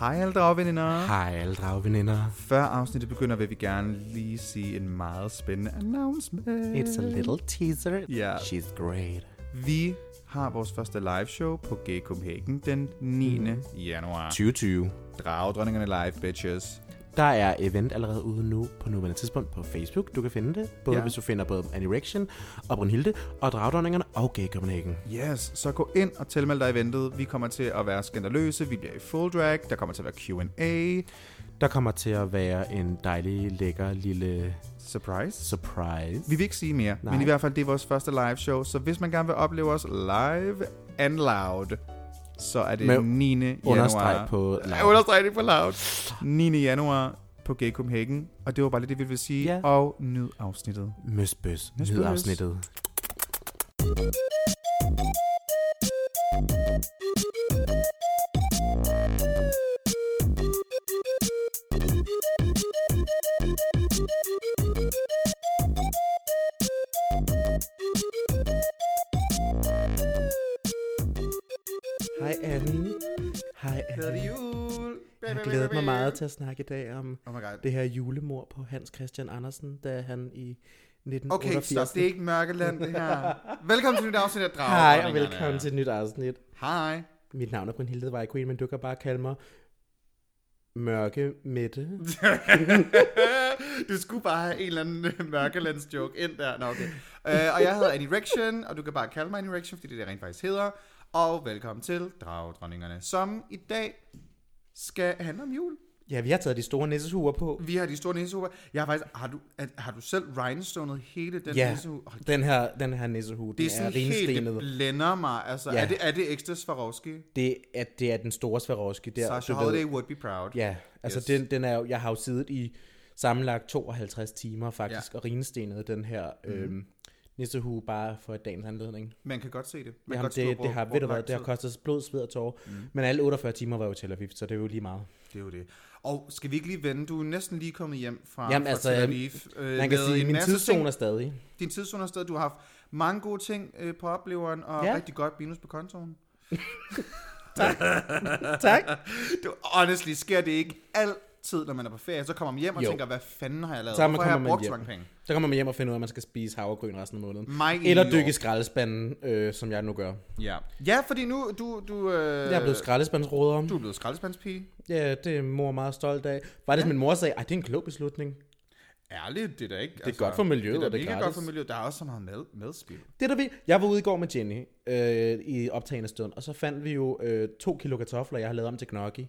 Hej alle dragveninder. Hej alle dragveninder. Før afsnittet begynder, vil vi gerne lige sige en meget spændende announcement. It's a little teaser. Ja. She's great. Vi har vores første live show på Gay Copenhagen den 9. Mm. januar. 2020. Dragdronningerne live, bitches. Der er event allerede ude nu på nuværende tidspunkt på Facebook. Du kan finde det, både Ja. ja. hvis du finder både Anirection og Brunhilde og Dragdronningerne og Gay Copenhagen. Yes, så gå ind og tilmeld dig eventet. Vi kommer til at være skandaløse, vi bliver i full drag, der kommer til at være Q&A. Der kommer til at være en dejlig, lækker lille Surprise. surprise. Vi vil ikke sige mere, Nej. men i hvert fald, det er vores første live show, så hvis man gerne vil opleve os live and loud, så er det Med Med 9. januar. understreg på Ej, loud. Understreg det på loud. 9. januar på Gay Copenhagen, og det var bare lidt det, vi ville sige, Ja. og nyd afsnittet. Møsbøs. Møsbøs. Møsbøs. afsnittet. Hej Anne. Hej Anne. jul! Jeg har glædet mig meget til at snakke i dag om Oh my god. det her julemor på Hans Christian Andersen, da han i 1988... Okay, stop. Det er ikke mørkeland, det her. Velkommen til nyt afsnit af Drag. Hej og velkommen til et nyt afsnit. Hej. Mit navn er Brynhilde The White Queen, men du kan bare kalde mig Mørke Mette. du skulle bare have en eller anden øh, mørkelands joke ind der. Nå, okay. Uh, og jeg hedder Annie Rection, og du kan bare kalde mig Annie Rection, fordi det er det, jeg rent faktisk hedder. Og velkommen til Dragdronningerne, som i dag skal handle om jul. Ja, vi har taget de store nissehuer på. Vi har de store nissehuer. Jeg har faktisk, har du, er, har du selv rhinestonet hele den Ja, nissehue? Hold den her, den her nissehue, Det den er sådan er helt, det rimestenet. blænder mig. Altså, ja. Ja. er, det, er det ekstra Swarovski? Det er, det er den store Swarovski der. Sasha du ved. Holiday would be proud. Ja, altså Yes. yes. den, den er jo, jeg har jo siddet i sammenlagt 52 timer faktisk, ja. og rinestenet den her mm. Mhm. øhm, nissehue bare for dagens anledning. Man kan godt se det. Man kan Jamen, godt se, det, hvor- det, har, hvor ved du hvad, lang det har tid- Mhm. kostet os blod, sved og tårer. Mm. Men alle 48 timer var jo i Tel Aviv, så det er jo lige meget. Det er jo det. Og skal vi ikke lige vende? Du er næsten lige kommet hjem fra, Jamen, fra altså, Tel Aviv. Øh, Man kan med sige, en min masse tidszone ting. er stadig. Din tidszone er stadig. Du har haft mange gode ting øh, på opleveren, og ja. Ja. rigtig godt minus på kontoen. Tak. Du, honestly, sker det ikke altid, når man er på ferie. Så kommer man hjem og jo. Jo. tænker, hvad fanden har jeg lavet? Så man Hvorfor har kommer jeg man brugt så hjem. mange penge? Så kommer man hjem og finder ud af, at man skal spise havregryn resten af måneden. Mig i New Eller York. dykke i skraldespanden, øh, som jeg nu gør. Ja. ja, fordi nu, du... du øh, Jeg er blevet skraldespandsråder. Du er blevet skraldespandspige. Ja, det er mor meget stolt af. Var det, ja. min mor sagde, at det er en klog beslutning. Ærligt, det er da ikke... Det er godt for miljøet, det er og da det er mega godt gratis. for miljøet. Der er også så meget med, medspil. Det der vi, jeg var ude i går med Jenny øh, i optagende stund, og så fandt vi jo øh, to kilo kartofler, jeg har lavet om til gnocchi.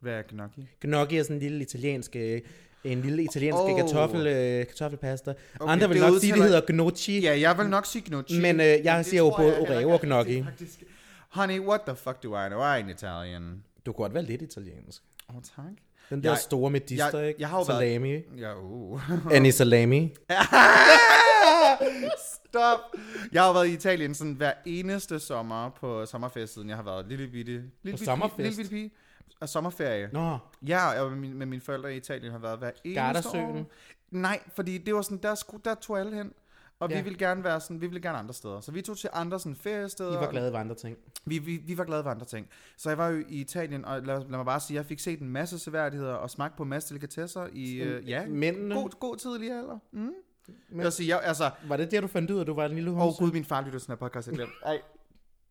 Hvad er gnocchi? Gnocchi er sådan en lille italiensk, øh, en lille italiensk Åh. oh. kartoffel, øh, kartoffelpasta. Okay, Okay, Andre vil det nok sige, det udtaler- hedder gnocchi. Ja, jeg vil nok sige gnocchi. Men, øh, jeg det siger jo tror både jeg heller Oreo ikke, og gnocchi. det er faktisk- Honey, what the fuck do I know? I'm Italian. Du kunne godt være lidt italiensk. Åh, oh, tak. Den der Jeg- store med dister, jeg- ikke? jeg har jo været- salami. Ja, uh. Annie Salami. Stop. Jeg har været i Italien sådan hver eneste sommer på sommerfest, siden jeg har været lille bitte. Lille bitte, sommerfest? Lille bitte pige. Og sommerferie. No. Nå, Ja, jeg var med, mine- med mine forældre i Italien har været hver eneste Gardasøen? år. Nej, fordi det var sådan, der, skulle, der tog alle hen. Og ja. vi Ja. ville gerne være sådan, vi ville gerne andre steder. Så vi tog til andre sådan feriesteder. I var glade ved andre ting. Vi, vi, vi var glade for andre ting. Så jeg var jo i Italien, og lad, lad mig bare sige, jeg fik set en masse seværdigheder og smagt på en masse delikatesser i øh, ja, Mændene, god, god tidlig alder. Mm. Men, jeg vil sige, jeg, altså, var det der, du fandt ud af, du var en lille åh oh, homse? gud, min far lytter til sådan her podcast, jeg glemte. Ej.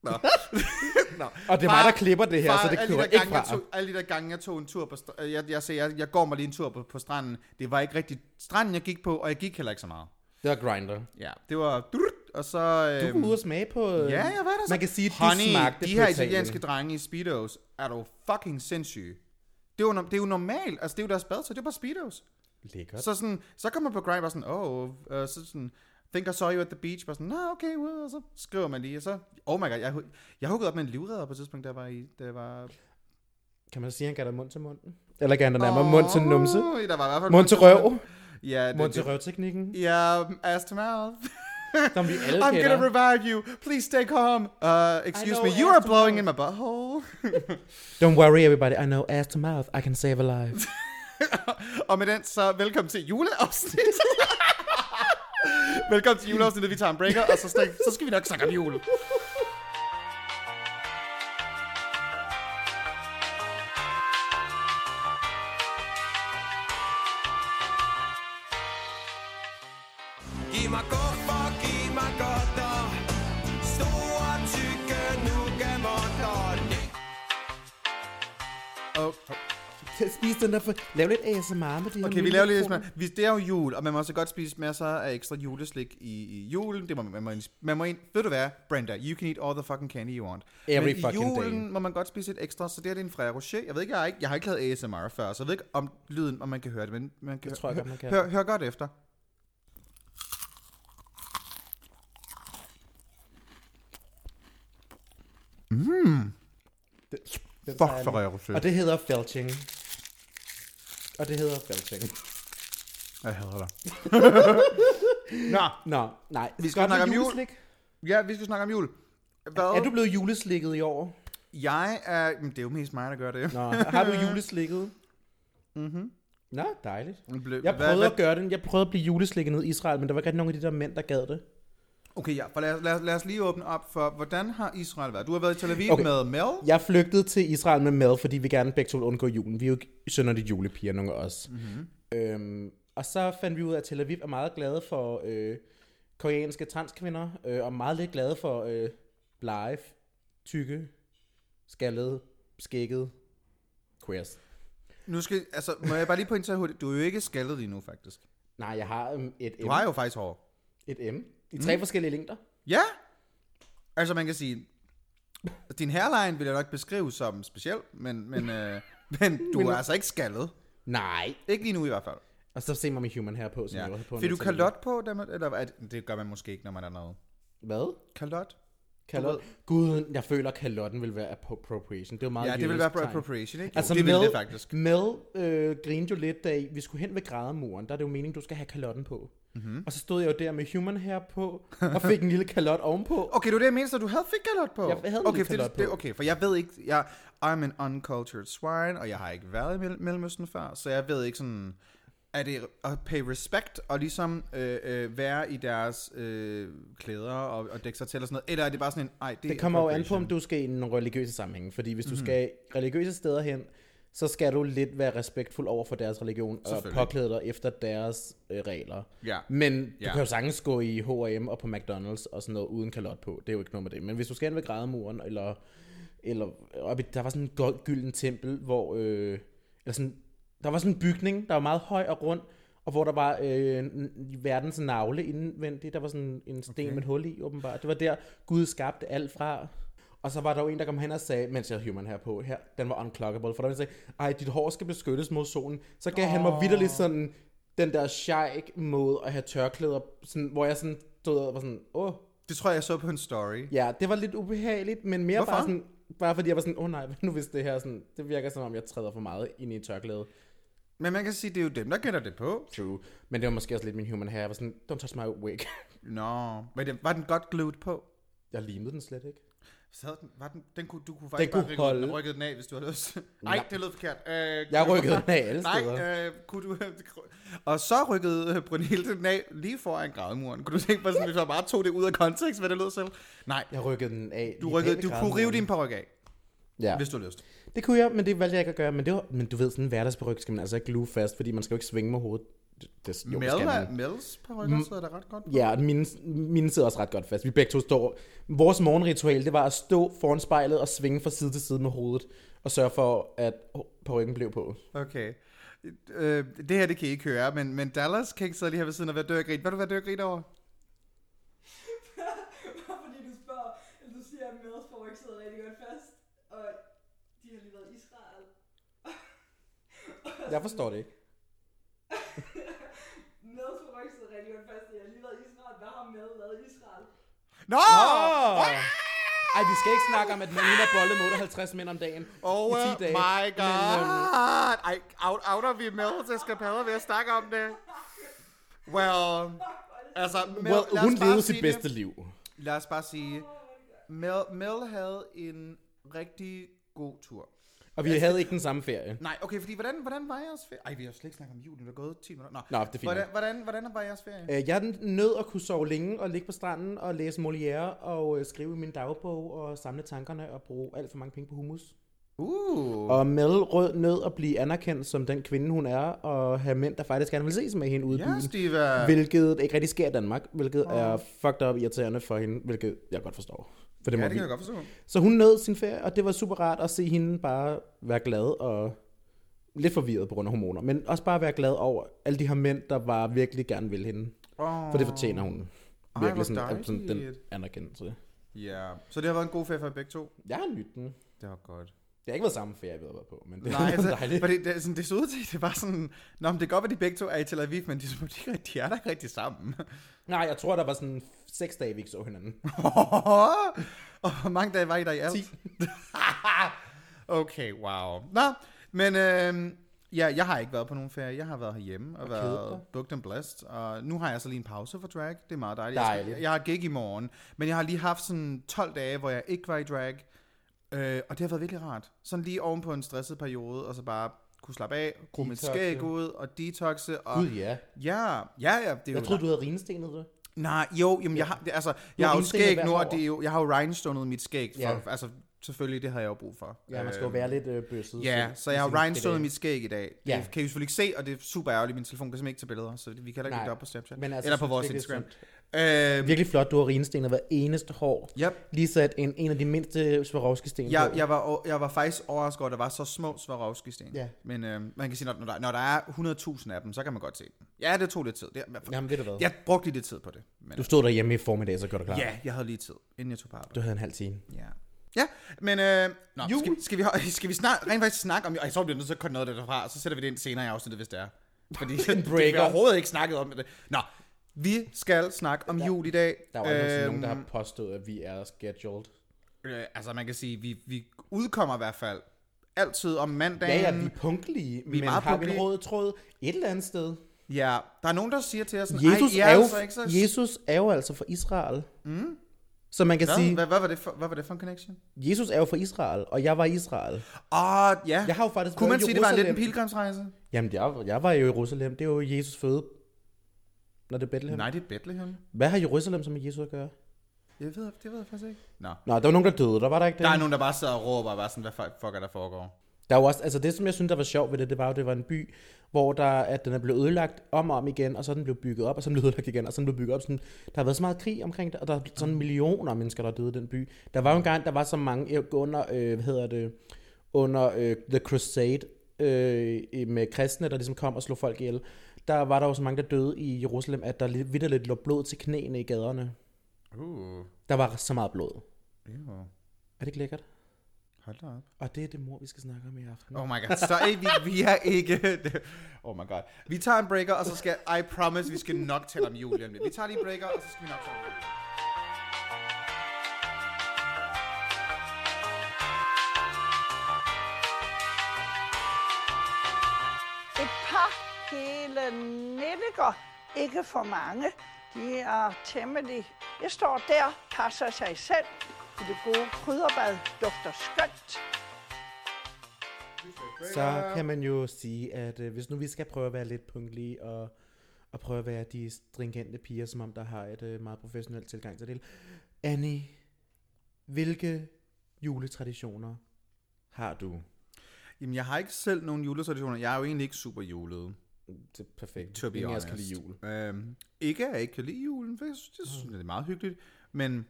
Nå. Nå. Og det er mig, Far- der klipper det her, så det alle de kører der ikke gange, fra. jeg tog, alle de der gange, jeg tog en tur på str- øh, jeg, jeg, sagde, jeg, jeg går mig lige en tur på, på stranden. Det var ikke rigtig stranden, jeg gik på, og jeg gik heller ikke så meget. Det var Grinder. Ja, det var... Og så... Øh, Du kunne ud og smage på... øh, Ja, jeg var der så. Man kan sige, at du Honey, smagte de på her Italien. italienske drenge i Speedos, er du fucking sindssyge. Det er, jo, no- det er jo normalt, altså det er jo deres bad, så det er bare Speedos. Lækkert. Så, sådan, så kommer man på Grindr og sådan, oh, uh, så sådan, think I saw you at the beach, bare sådan, nah, okay, well, og så skriver man lige, og så, oh my god, jeg, hu- jeg huggede op med en livredder på et tidspunkt, der var i, der var... Kan man sige, at han gav dig mund til munden? Eller gav han dig nærmere mund til numse? Åh, Der var i hvert fald Mund til røv? Ja, det, Mund til det, røv-teknikken, ja, ass to mouth. som vi alle I'm gonna kender. revive you. Please stay calm. Uh, excuse know me, you ass are to blowing in mouth. my butthole. Don't worry everybody, I know ass to mouth, I can save a life. Og med den, så velkommen til juleafsnit. velkommen til juleafsnittet, vi tager en breaker, og så, snak, så skal vi nok snakke om jul. Giv mig guf og giv mig godt og store tykke nugamonter. Og, Spis den der for... Lav lidt ASMR med det her okay, vi laver lige lidt smag. Vi- Det er jo jul, og man må også godt spise masser af ekstra juleslik i, i julen. Det må, man, må, man må ind, ved du hvad, Brenda, you can eat all the fucking candy you want. Every Men i fucking julen day. må man godt spise lidt ekstra, så det her det er en Frère Rocher. Jeg ved ikke, jeg har ikke, jeg har ikke lavet ASMR før, så jeg ved ikke om lyden, om man kan høre det, men man kan, Det tror jeg godt, man kan. hør, hør godt efter. Fuck Ferrero Rocher. Og det hedder felching. Og det hedder felching. Jeg hader dig. Nå, Nå, nej. Vi skal snakke om jul. ja, vi skal snakke om jul. Hvad? Er du blevet juleslikket i år? Jeg er... Men det er jo mest mig, der gør det. Nå, har du juleslikket? Mhm. Nå, dejligt. Blø- Jeg prøvede at gøre den. Jeg prøvede at blive juleslikket ned i Israel, men der var ikke rigtig nogen af de der mænd, der gad det. Okay, ja, for lad, os- lad, os- lad os lige åbne op for, hvordan har Israel været? Du har været i Tel Aviv okay. Okay. med Mel. Jeg flygtede til Israel med mad, fordi vi gerne begge to ville undgå julen. Vi er jo ikke sønderligt julepiger, nogle af os. Mm-hmm. Øhm, og så fandt vi ud af, at Tel Aviv er meget glade for øh, koreanske transkvinder, øh, og meget lidt glade for øh, blege, tykke, skaldede, skækkede queers. Nu skal, altså, må jeg bare lige pointere hurtigt, du er jo ikke skaldet lige nu, faktisk. Nej, jeg har øhm, et M. Du har jo faktisk hår. Et M. I tre mm. forskellige længder. Ja! Altså, man kan sige, din hairline vil jeg nok beskrive som speciel, men, men, øh, men du er altså ikke skaldet. Nej. Ikke lige nu i hvert fald. Og så ser man min human her på, som ja. jeg Ja. havde på. Fik når du jeg kalot på, da man, eller at, det gør man måske ikke, når man er noget. tænkte- Hvad? Kalot? Kalot? Gud, jeg føler, at kalotten vil være appropriation. Det er jo meget Ja, det vil jødisk være tegn. appropriation, ikke? Jo, Altså, det vil Mel, det faktisk. Mel øh, grinede jo lidt, da vi skulle hen ved grademuren. Der er det jo meningen, du skal have kalotten på. Mhm. Mm-hmm. Og så stod jeg jo der med human her på, og fik en lille kalot ovenpå. Okay, det var det, jeg mente, så du havde fik kalot på. Jeg havde en okay, lille for det- kalot på. det, okay, for jeg ved ikke, jeg, I'm an uncultured swine, og jeg har ikke været i Mel- Mellemøsten før, så jeg ved ikke sådan, er det at pay respect og ligesom øh, øh, være i deres øh, klæder og, og dække sig til og sådan noget, eller er det bare sådan en, ej, det, Det kommer jo an på, om du skal i nogle religiøse sammenhænge. Fordi hvis du Mhm. mm-hmm. skal religiøse steder hen, så skal du lidt være respektful over for deres religion, og Selvfølgelig. påklæde dig efter deres øh, regler. Ja. Men du Ja. kan jo sagtens gå i H&M og på McDonald's og sådan noget uden kalot på. Det er jo ikke noget med det. Men hvis du skal ind ved grademuren, eller, eller op i, der var sådan en gold- gylden tempel, hvor... Øh, eller sådan, der var sådan en bygning, der var meget høj og rund, og hvor der var øh, n- verdens navle indvendigt. Der var sådan en sten okay. med et hul i, åbenbart. Det var der, Gud skabte alt fra. Og så var der jo en, der kom hen og sagde, mens jeg havde human her på, her, den var unclockable, for der var en, der sagde, ej, dit hår skal beskyttes mod solen. Så gav oh. han mig vidderligt sådan, den der sheik måde at have tørklæder, sådan, hvor jeg sådan stod og var sådan, åh, Det tror jeg, jeg så på en story. ja, det var lidt ubehageligt, men mere Hvorfor? bare sådan, bare fordi jeg var sådan, åh oh, nej, hvad nu hvis det her sådan, det virker som om, jeg træder for meget ind i et tørklæde. Men man kan sige, det er jo dem, der gætter det på. True. Men det var måske også lidt min human hair. Jeg var sådan, don't touch my wig. Nå, men det, var den godt glued på? Jeg limede den slet ikke. Så den, var den, den kunne, du kunne faktisk kunne bare rykke den, holde. rykke den af, hvis du havde lyst. Nej, det lød forkert. Øh, Jeg rykkede den af alle steder. Nej, øh, kunne du... og så rykkede øh, Brunhilde den af lige foran gravmuren. Kunne du tænke på sådan, hvis jeg bare tog det ud af kontekst, hvad det lød selv? Nej, Jeg rykkede den af. du, lige rykkede, bag du ved kunne rive kranen. din peruk af, Ja, hvis du havde lyst. det kunne jeg, men det valgte jeg ikke at gøre. Men, det var, men du ved, sådan en hverdagsperyg skal man altså ikke glue fast, fordi man skal jo ikke svinge med hovedet. Det, det, jo, det Mel, skal man. er- Mels perukker sidder der ret godt. Ja, og mine, mine sidder også ret godt fast. Vi begge to står... Vores morgenritual, det var at stå foran spejlet og svinge fra side til side med hovedet, og sørge for, at perukken blev på. Okay. Øh, det her, det kan I ikke høre, men, men Dallas kan ikke sidde lige her ved siden og være dør og grine. Hvad er du være dør og grine over? Bare fordi du spørger, eller du siger, at Mads får ikke sidder rigtig godt fast, og de har lige været i Israel. Jeg forstår det ikke. Mads får ikke sidder rigtig godt fast, de har lige været i Israel. Hvad har Mads været i Israel? Nå! Ej, vi skal ikke snakke om, at man har bollet med 58 mænd om dagen Oh i 10 dage. my god! Men, øhm, Men, Ej, out, outer vi Mels eskapader ved at snakke om det? Well, altså... Mel, well, lad os hun bare levede sige sit det. bedste liv. Lad os bare sige, Mel, Mel havde en rigtig god tur. Og vi havde ikke den samme ferie. Nej, okay, fordi hvordan, hvordan var jeres ferie? Ej, vi har slet ikke snakket om julen, der er gået 10 minutter. Nå, det er fint Hvordan, nok. hvordan, hvordan var jeres ferie? Øh, Jeg nød at kunne sove længe og ligge på stranden og læse Molière og øh, skrive i min dagbog og samle tankerne og bruge alt for mange penge på hummus. Uh. Og Mel rød nød at blive anerkendt som den kvinde, hun er, og have mænd, der faktisk gerne vil ses med hende ude i Ja, byen. Steve. Hvilket ikke rigtig sker i Danmark, hvilket er fucked up irriterende for hende, hvilket jeg godt forstår. For det Ja, må det vi. kan jeg godt forstå. Så hun nød sin ferie, og det var super rart at se hende bare være glad og lidt forvirret på grund af hormoner, men også bare være glad over alle de her mænd, der var virkelig gerne ville hende. Oh. For det fortjener hun. Virkelig hvor sådan, sådan den dejligt. anerkendelse. Ja, så det har været en god ferie for jer begge to. Jeg har nydt den. Det var godt. Det har ikke været samme ferie, vi har været på, men det Nej, har været altså, dejligt. fordi det, er sådan, det så ud til, at det var sådan, Nå, men det er godt, at de begge to er i Tel Aviv, men de, er som- de, er- de er da ikke rigtig sammen. Nej, jeg tror, der var sådan seks dage, vi ikke så hinanden. og hvor mange dage var I der i alt? Ti. okay, wow. Nå, men øh, ja, jeg har ikke været på nogen ferie. Jeg har været herhjemme og, og været booked and blessed. Og nu har jeg så lige en pause for drag. Det er meget dejligt. Jeg, Dejligt. skal, jeg har et gig i morgen, men jeg har lige haft sådan 12 dage, hvor jeg ikke var i drag. Øh, og det har været virkelig rart. Sådan lige oven på en stresset periode, og så bare kunne slappe af, gro mit Detoxe. skæg ud og detoxe. Og, Gud ja. Ja, ja, ja, det er jo Jeg troede, du havde rinestenet det. Nej, jo, jamen, jeg har, det, altså, jeg har jo rinsninger skæg hvert nu, år. og det er jo, jeg har jo rhinestonet mit skæg. For, Ja. Altså, selvfølgelig, det havde jeg jo brug for. Ja, man skal jo Øhm, være lidt øh, bøsset. Ja, så jeg har rhinestonet mit skæg i dag. Det Ja. kan I jo selvfølgelig ikke se, og det er super ærgerligt. Min telefon kan simpelthen ikke tage billeder, så det- vi kan heller ikke Nej, lægge det op på Snapchat. men altså, Eller på synes vores ikke, det er Instagram. Øh, Virkelig flot, du har rinestenet hver eneste hår. Yep. Lige sat en, en af de mindste Swarovski-sten Jeg, på. jeg, var, o- jeg var faktisk overrasket over, at der var så små Swarovski-sten. Ja. Men øh, man kan sige, når, når, der, når der er 100.000 af dem, så kan man godt se dem. Ja, det tog lidt tid. Det, Jamen, ved du hvad? jeg brugte lige lidt tid på det. Men, Du stod derhjemme i formiddag, så gør du klar. ja, jeg havde lige tid, inden jeg tog på arbejde. Du havde en halv time. Ja. Ja, men øh, nå, Jul. skal, vi- skal, vi, ho- skal vi snart rent faktisk snakke om... Ej, Jeg tror, vi bliver nødt til at korte noget af det derfra, og så sætter vi det ind senere i afsnittet, hvis det er. Fordi det, vi breaker. har overhovedet ikke snakket om det. Nå, vi skal snakke om jul i dag. Der var øhm, nogen, der har påstået, at vi er scheduled. Øh, altså, man kan sige, vi, vi udkommer i hvert fald altid om Ja, mandagen. ja, vi er punktlige, vi Øhm. er men meget har vi en punktlige. rød tråd et eller andet sted? ja, der er nogen, der siger til os... sådan, Jesus, "Ej, I er, jo, altså ikke så... Jesus er jo altså fra Israel. Mm. Så man kan sige, Hvad, hvad, hvad, var det for, hvad var det for en connection? Jesus er jo fra Israel, og jeg var i Israel. Åh, ja. Jeg har jo faktisk Kunne været man i sige, det var lidt en Jerusalem. pilgrimsrejse? Jamen, jeg, jeg var i Jerusalem. Det er jo Jesus føde. Når det er Bethlehem. Nej, det er Bethlehem. Hvad har Jerusalem som med Jesus at gøre? Jeg ved, det ved jeg faktisk ikke. Nå. Nå, der var nogen, der døde. Der var der ikke det. Der er nogen, der bare sidder og råber, bare sådan, hvad fuck fuck er der foregår? Der var også, altså det, som jeg synes, der var sjovt ved det, det var jo, det var en by, hvor der, at den er blevet ødelagt om og om igen, og så er den blev bygget op, og så er den blevet ødelagt igen, og så er den blev bygget op. Sådan, der har været så meget krig omkring det, og der er sådan millioner af mennesker, der er døde i den by. Der var jo engang, der var så mange øh, under, øh, hvad hedder det, under øh, The Crusade, øh, i- med kristne, der ligesom kom og slog folk ihjel. Der var der jo så mange, der døde i Jerusalem, at der lidt- vitterligt lå blod til knæene i gaderne. Uh, Der var så meget blod. ew. Er det ikke lækkert? hold da op. Og det er det mor, vi skal snakke om i aften. Oh my god, så er vi, vi er ikke... Oh my god. Vi tager en breaker, og så skal... I promise, vi skal nok tale om jul lige om lidt. Vi tager lige en breaker, og så skal vi nok tale om jul. Et par hele nelliker. Ikke for mange. De er temmelig. Jeg står der, passer sig selv. I det gode krydderbad dufter skønt. Så kan man jo sige, at øh, hvis nu vi skal prøve at være lidt punktlige og, og prøve at være de stringente piger, som om der har et øh, meget professionelt tilgang til det. hele. Annie, hvilke juletraditioner har du? Jamen, jeg har ikke selv nogen juletraditioner. Jeg er jo egentlig ikke super julet. Det er perfekt. To be Ingen af os honest. Mm. kan lide jul. Øhm, ikke at jeg ikke kan lide julen, for jeg synes, jeg synes, det er meget hyggeligt. Men,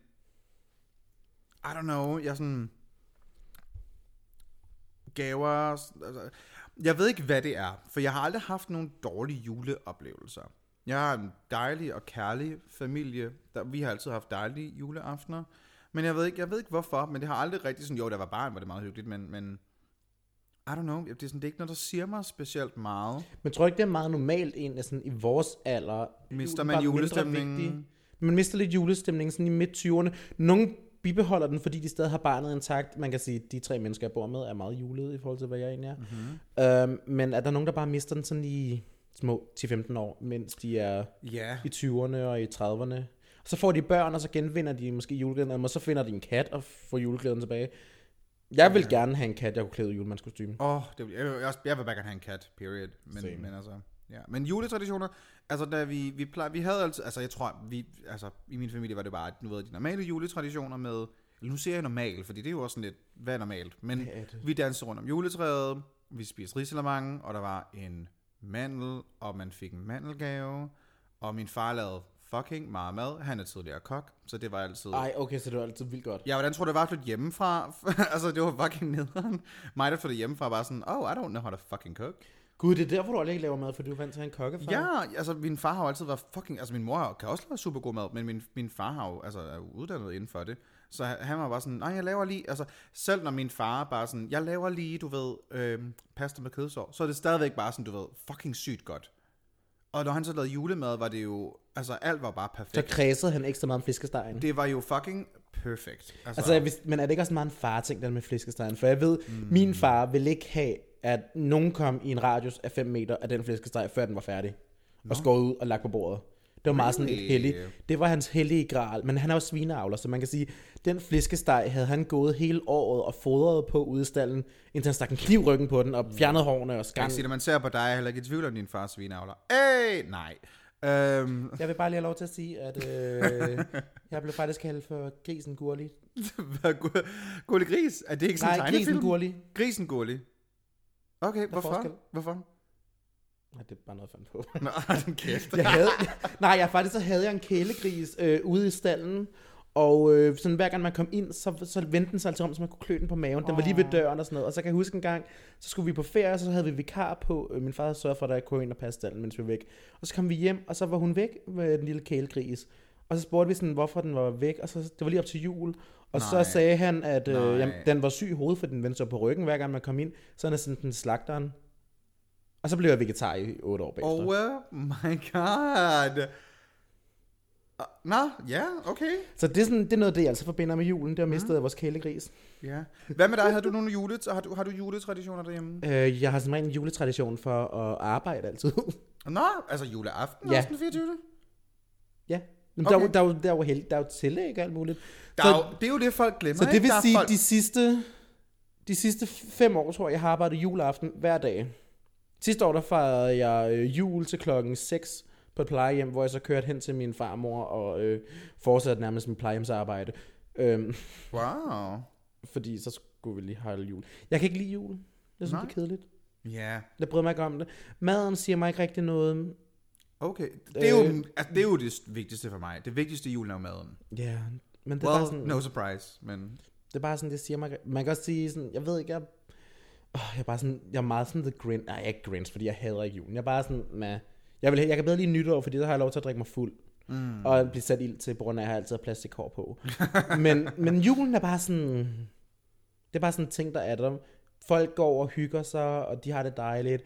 I don't know, jeg er sådan... Gaver... sådan- Altså, jeg ved ikke, hvad det er, for jeg har aldrig haft nogen dårlige juleoplevelser. Jeg har en dejlig og kærlig familie. Der, vi har altid haft dejlige juleaftener. Men jeg ved ikke, jeg ved ikke hvorfor, men det har aldrig rigtig sådan... Jo, der var barn, var det meget hyggeligt, men... men I don't know, det er, sådan, det er ikke noget, der siger mig specielt meget. Men tror du ikke, det er meget normalt egentlig sådan i vores alder? Mister man Julen var mindre julestemningen? vigtig. Man mister lidt julestemningen sådan i midt-20'erne. Nogle bibeholder den, fordi de stadig har barnet intakt. Man kan sige, at de tre mennesker, jeg bor med, er meget julede i forhold til, hvad jeg egentlig er. Mhm. Mm-hmm. Øhm, men er der nogen, der bare mister den sådan i små 10-15 år, mens de er Ja. i 20'erne og i 30'erne? Så får de børn, og så genvinder de måske juleglæden, og så finder de en kat og får juleglæden tilbage. Jeg vil gerne have en kat, jeg kunne klæde i julemandskostyme. Åh, oh, det vil, jeg, vil, også, jeg vil bare gerne have en kat, period. Same. Men, men altså, ja. Men juletraditioner, altså da vi, vi plejer, vi havde altid, altså jeg tror, vi, altså i min familie var det bare, nu ved de normale juletraditioner med Nu ser jeg normal, fordi det er jo også sådan lidt, hvad er normalt? Men er det? vi dansede rundt om juletræet, vi spiste risalamande, og der var en mandel, og man fik en mandelgave, og min far lavede fucking meget mad. Han er tidligere kok, så det var altid... Ej, okay, så det var altid vildt godt. Ja, hvordan tror du, det var at flytte hjemmefra? altså, det var fucking nederen. Mig, der flyttede hjemmefra, var sådan, oh, I don't know how to fucking cook. Gud, det er der, hvor du aldrig ikke laver mad, for du er vant til at have en kokkefar. Ja, altså min far har jo altid været fucking... Altså min mor har- kan også lave super god mad, men min, min far har jo, altså, er jo uddannet inden for det. Så han- han var bare sådan, nej, jeg laver lige... Altså selv når min far bare sådan, jeg laver lige, du ved, øh, pasta med kødsår, så er det stadigvæk bare sådan, du ved, fucking sygt godt. Og når han så lavede julemad, var det jo... Altså alt var bare Så perfekt. kredsede han ekstra meget om flæskestegen. Det var jo fucking perfekt. Altså, hvis, men er det ikke også meget en far-ting, den med flæskestegen? For jeg ved, mm. min far ville ikke have, at nogen kom i en radius af 5 meter af den flæskesteg, før den var færdig. No. Og skåret ud og lagt på bordet. Det var meget sådan Really? et heldigt. Det var hans hellige gral. Men han er jo svineavler, så man kan sige, den flæskesteg havde han gået hele året og fodret på ude i stallen, indtil han stak en kniv i ryggen på den og fjernede hårene og Jeg skang. Mm. kan sige, når man ser på dig, er jeg heller ikke i tvivl om din fars svineavler. Æh, nej. Øhm, Jeg vil bare lige have lov til at sige, at øh, jeg blev faktisk kaldt for grisen Gurli. hvad, gu- Gurli Gris? Er det ikke sådan en Nej, tegnefilm? grisen Gurli. Grisen Gurli. Okay, hvorfor? forskel. Hvorfor? Nej, det er bare noget, jeg fandt på. Nå, den kæft. jeg havde, nej, jeg faktisk så havde jeg en kælegris øh, ude i stallen, og øh, sådan, hver gang man kom ind, så, så vendte den sig altid om, så man kunne klø den på maven. Den var lige ved døren og sådan noget. Og så kan jeg huske en gang, så skulle vi på ferie, og så havde vi vikar på. Øh, Min far havde sørget for, at jeg kunne gå ind og passe stallen, mens vi var væk. Og så kom vi hjem, og så var hun væk med den lille kælegris. Og så spurgte vi sådan, hvorfor den var væk, og så, det var lige op til jul. Og Nej. så sagde han, at øh, Nej. jamen, den var syg i hovedet, for den vendte sig på ryggen, hver gang man kom ind. Så han er sendt den til slagteren. Og så blev jeg vegetar i otte år bagefter. Oh my god. Ah, Nå, ja, okay. Så det er, sådan, det er noget, det jeg altså forbinder med julen. Det er mistet af vores kælegris. Ja. Hvad med dig? Har du nogle jule, har du, har du juletraditioner derhjemme? Øh, jeg har som regel en juletradition for at arbejde altid. Nå, altså juleaften Ja. også den 24. ja. Men okay. der, er Okay. jo- der, er jo- der, er jo hel, der er jo tillæg og alt muligt. Der så, er jo, det er jo det, folk glemmer, så det ikke? vil Der er sige, folk... de sidste, de sidste fem år, tror jeg, jeg har arbejdet juleaften hver dag. Sidste år, der fejrede jeg øh, jul til klokken 6 på et plejehjem, hvor jeg så kørte hen til min farmor og øh, fortsatte nærmest min plejehjemsarbejde. Øhm, Wow. fordi så skulle vi lige holde jul. Jeg kan ikke lide jul. Jeg synes, Nej. det er kedeligt. Ja, Jeg bryder mig ikke om det. Maden siger mig ikke rigtig noget. okay. Det er, jo, Øh. altså, det er jo det vigtigste for mig. Det vigtigste i julen er jo maden. Ja, yeah. men det er, Well, bare sådan, no surprise, men... det er bare sådan, det siger mig. ikke- Man kan også sige sådan, jeg ved ikke, jeg, oh, jeg er bare sådan, jeg er meget sådan the grin. Nej, jeg er ikke grins, fordi jeg hader ikke julen. Jeg er bare sådan, meh. Jeg, vil, jeg kan bedre lige nytår, fordi der har jeg lov til at drikke mig fuld. Mm. Og blive sat ild til, på grund af, at jeg altid har plastikhår på. men, men julen er bare sådan, det er bare sådan en ting, der er der. Folk går og hygger sig, og de har det dejligt.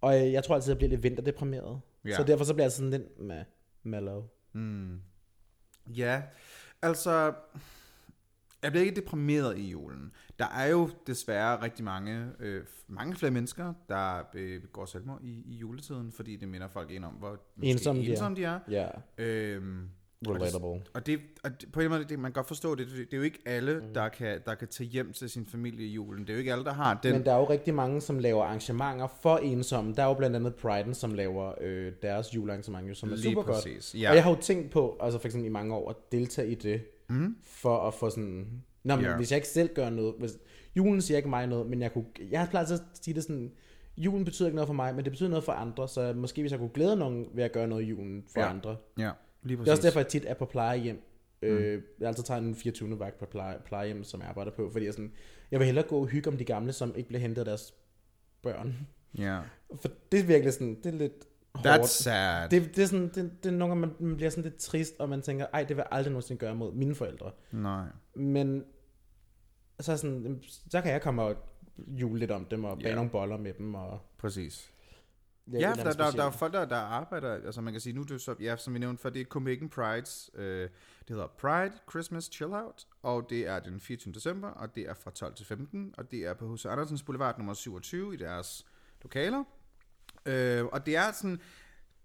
Og øh, jeg tror altid, jeg bliver lidt vinterdeprimeret. Ja. Så derfor så bliver jeg sådan lidt, meh, mellow. Ja, altså... Jeg bliver ikke deprimeret i julen. Der er jo desværre rigtig mange, øh, mange flere mennesker, der øh, går selvmord i, i juletiden, fordi det minder folk ind om, hvor måske Ensomme de er. ensomme de er. Ja, Øhm, relatable. og det, og det, på en måde, det, man kan godt forstå det, fordi det er jo ikke alle, mm. der, kan, der kan tage hjem til sin familie i julen. Det er jo ikke alle, der har den. Men der er jo rigtig mange, som laver arrangementer for ensomme. Der er jo blandt andet Priden, som laver øh, deres julearrangement, jo, som er Lige super godt. præcis, ja. Og jeg har jo tænkt på, altså for eksempel i mange år, at deltage i det, mm. for at få sådan... Nå, men Mhm. Ja. yeah. hvis jeg ikke selv gør noget... Hvis, julen siger ikke mig noget, men jeg kunne... Jeg har plejet til at sige det sådan... Julen betyder ikke noget for mig, men det betyder noget for andre, så måske hvis jeg kunne glæde nogen ved at gøre noget i julen for Ja. ja. andre, ja, lige præcis. det er også derfor, jeg tit er på plejehjem. Mm. Øh, jeg altid tager en 24. vagt på pleje, plejehjem, som jeg arbejder på, fordi jeg, sådan, jeg vil hellere gå og hygge om de gamle, som ikke bliver hentet af deres børn. Ja. For det er virkelig sådan, det er lidt hårdt. That's sad. Det, det, er sådan, det, det er nogle gange, man- man bliver sådan lidt trist, og man tænker, ej, det vil jeg aldrig nogensinde gøre mod mine forældre. Nej. Men så, er sådan, "Jamen, så kan jeg komme og jule lidt om dem, og bage Ja. nogle boller med dem. Og Præcis. lave et Ja, eller for der, andet der, der er specielt. folk, der, der arbejder, altså man kan sige, nu er det jo så, ja, som vi nævnte før, det er Copenhagen Prides, øh, det hedder Pride Christmas Chill Out, og det er den 24. december, og det er fra 12 til 15, og det er på H.C. Andersens Boulevard nummer 27 i deres lokaler. Øh, og det er sådan,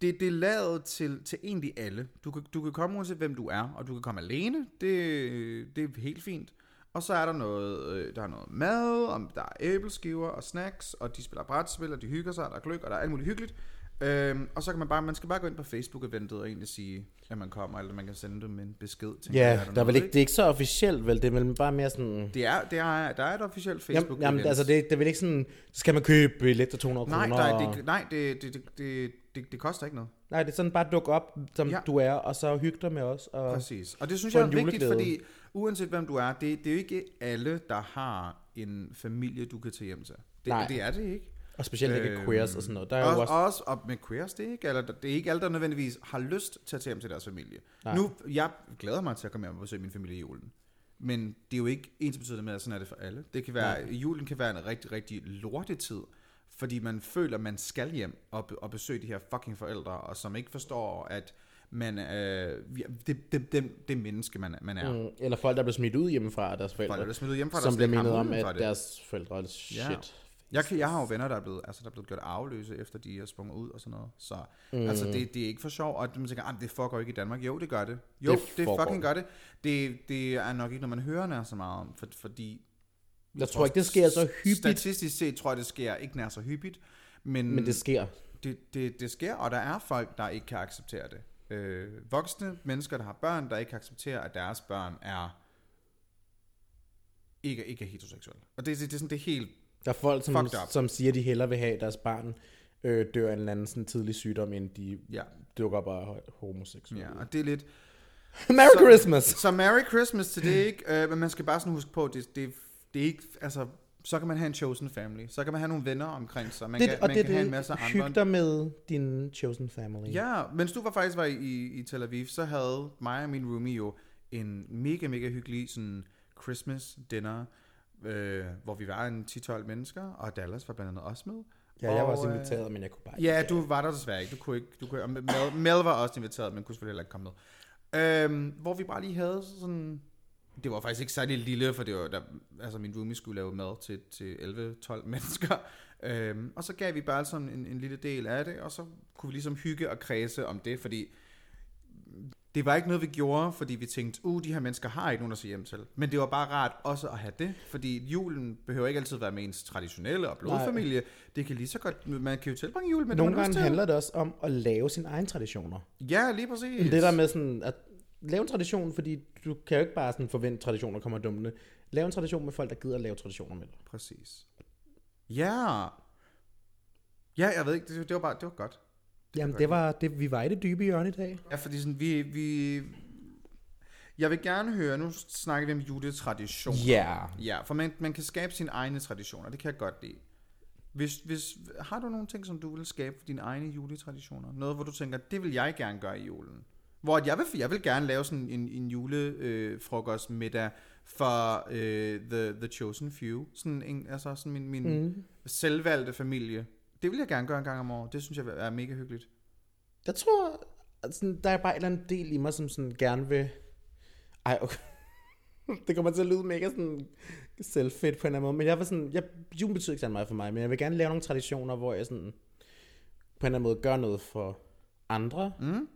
det, det er lavet til, til egentlig alle. Du kan, du kan komme uanset hvem du er, og du kan komme alene, det, det er helt fint. Og så er der noget, øh, der er noget mad, og der er æbleskiver og snacks, og de spiller brætspil, og de hygger sig, og der er gløk, og der er alt muligt hyggeligt. Øhm, og så kan man bare, man skal bare gå ind på Facebook-eventet og egentlig sige, at man kommer, eller man kan sende dem en besked. tænker jeg, Ja, eller der er vel noget, ikke, det er ikke så officielt, vel? Det er vel bare mere sådan... Det er, det er, der er et officielt facebook Jamen, jamen altså, det, det er vel ikke sådan... Så skal man købe billet til 200 Nej, kroner? der og- er, det, nej det, det, det, det, det, det koster ikke noget. Nej, det er sådan bare duk op, som Ja. du er, og så hygge dig med os. Og... Præcis. Og det synes Få jeg er en vigtigt, juleglæde. fordi uanset hvem du er, det, det er jo ikke alle, der har en familie, du kan tage hjem til. Det, Nej. det er det ikke. Og specielt ikke Øhm, queers og sådan noget. Der er Også, jo også... også og med queers, det er, ikke, eller, det er ikke alle, der nødvendigvis har lyst til at tage hjem til deres familie. Nej. Nu, jeg glæder mig til at komme hjem og besøge min familie i julen. Men det er jo ikke ens betydende med, at sådan er det for alle. Det kan være, julen kan være en rigtig, rigtig lortetid, fordi man føler, at man skal hjem og, be- og besøge de her fucking forældre, og som ikke forstår, at man, øh, ja, det, det, det, det menneske, man, man er. Mm. Mm, Eller folk, der bliver smidt ud hjemmefra af deres forældre. Folk, der bliver smidt ud hjemmefra, der Som slet bliver ikke har mindet om, mulighed for at det. deres forældre er shit. Ja. Jeg, kan, jeg har jo venner, der er blevet, altså, der er blevet gjort afløse, efter de er sprunget ud og sådan noget. Så mm. altså, det, det er ikke for sjov. Og man tænker, "Ah, det foregår ikke i Danmark. Jo, det gør det. Jo, det, Det det foregår. fucking gør det. det. Det er nok ikke, når man hører nær så meget om, for, fordi... Jeg tror ikke, det sker så hyppigt, Statistisk set tror jeg, det sker ikke nær så hyppigt. Men, men det sker. det, det, det sker, og der er folk, der ikke kan acceptere det. Øh, voksne mennesker, der har børn, der ikke kan acceptere, at deres børn er ikke, ikke er heteroseksuelle. Og det, det, det er sådan, det er helt Der er folk, som, Fucked up. som siger, de hellere vil have, at deres barn øh, dør af en eller anden sådan tidlig sygdom, end de Ja. dukker op og er homoseksuelle. Ja, og det er lidt... Merry Så- Christmas! Så Merry Christmas til det, ikke? Øh, men man skal bare sådan huske på, det, det, det er ikke... Altså, så kan man have en chosen family. Så kan man have nogle venner omkring sig. Man Det, kan, og man det er kan have en masse det, hyg andre... dig med din chosen family. Ja, mens du var faktisk var i, i Tel Aviv, så havde mig og min roomie jo en mega, mega hyggelig sådan Christmas dinner, øh, hvor vi var en 10-12 mennesker, og Dallas var blandt andet også med. ja jeg var Og, også øh, inviteret, men jeg kunne bare ikke. Ja, du var der desværre ikke. Du kunne ikke du kunne, og Mel, Mel var også inviteret, men kunne selvfølgelig heller ikke komme med. Øhm, hvor vi bare lige havde sådan... Det var faktisk ikke særlig lille, for det var, der, altså min roomie skulle lave mad til, til 11-12 mennesker. Øhm, og så gav vi bare sådan en, en lille del af det, og så kunne vi ligesom hygge og kredse om det, fordi det var ikke noget, vi gjorde, fordi vi tænkte, uh, de her mennesker har ikke nogen at se hjem til. Men det var bare rart også at have det, fordi julen behøver ikke altid være med ens traditionelle og blodfamilie. Det kan lige så godt, man kan jo tilbringe jul med Nogle det, man har lyst gange til. handler det også om at lave sine egne traditioner. Ja, lige præcis. Det der med sådan at lave en tradition, fordi du kan jo ikke bare sådan forvente, at traditioner kommer dummende. Lave en tradition med folk, der gider at lave traditioner med dig. Præcis. Ja. Ja, jeg ved ikke, det, det var bare, det var godt. Jamen, det var det, vi var i det dybe hjørne i dag. Ja, fordi sådan, vi, vi... Jeg vil gerne høre, nu snakker vi om juletraditioner. Ja. Yeah. Ja, for man, man kan skabe sine egne traditioner, det kan jeg godt lide. Hvis, hvis, har du nogle ting, som du vil skabe for dine egne juletraditioner? Noget, hvor du tænker, det vil jeg gerne gøre i julen. Hvor at jeg vil, jeg vil gerne lave sådan en, en julefrokost øh, middag for øh, the, the Chosen Few. Sådan en, altså sådan min, min mm. selvvalgte familie. Det vil jeg gerne gøre en gang om året. Det synes jeg er mega hyggeligt. Jeg tror, at sådan, der er bare en eller anden del i mig, som sådan gerne vil... Ej, okay. Det kommer til at lyde mega sådan selvfedt på en eller anden måde, men jeg var sådan, jeg, julen betyder ikke så meget for mig, men jeg vil gerne lave nogle traditioner, hvor jeg sådan på en eller anden måde gør noget for andre. Mm.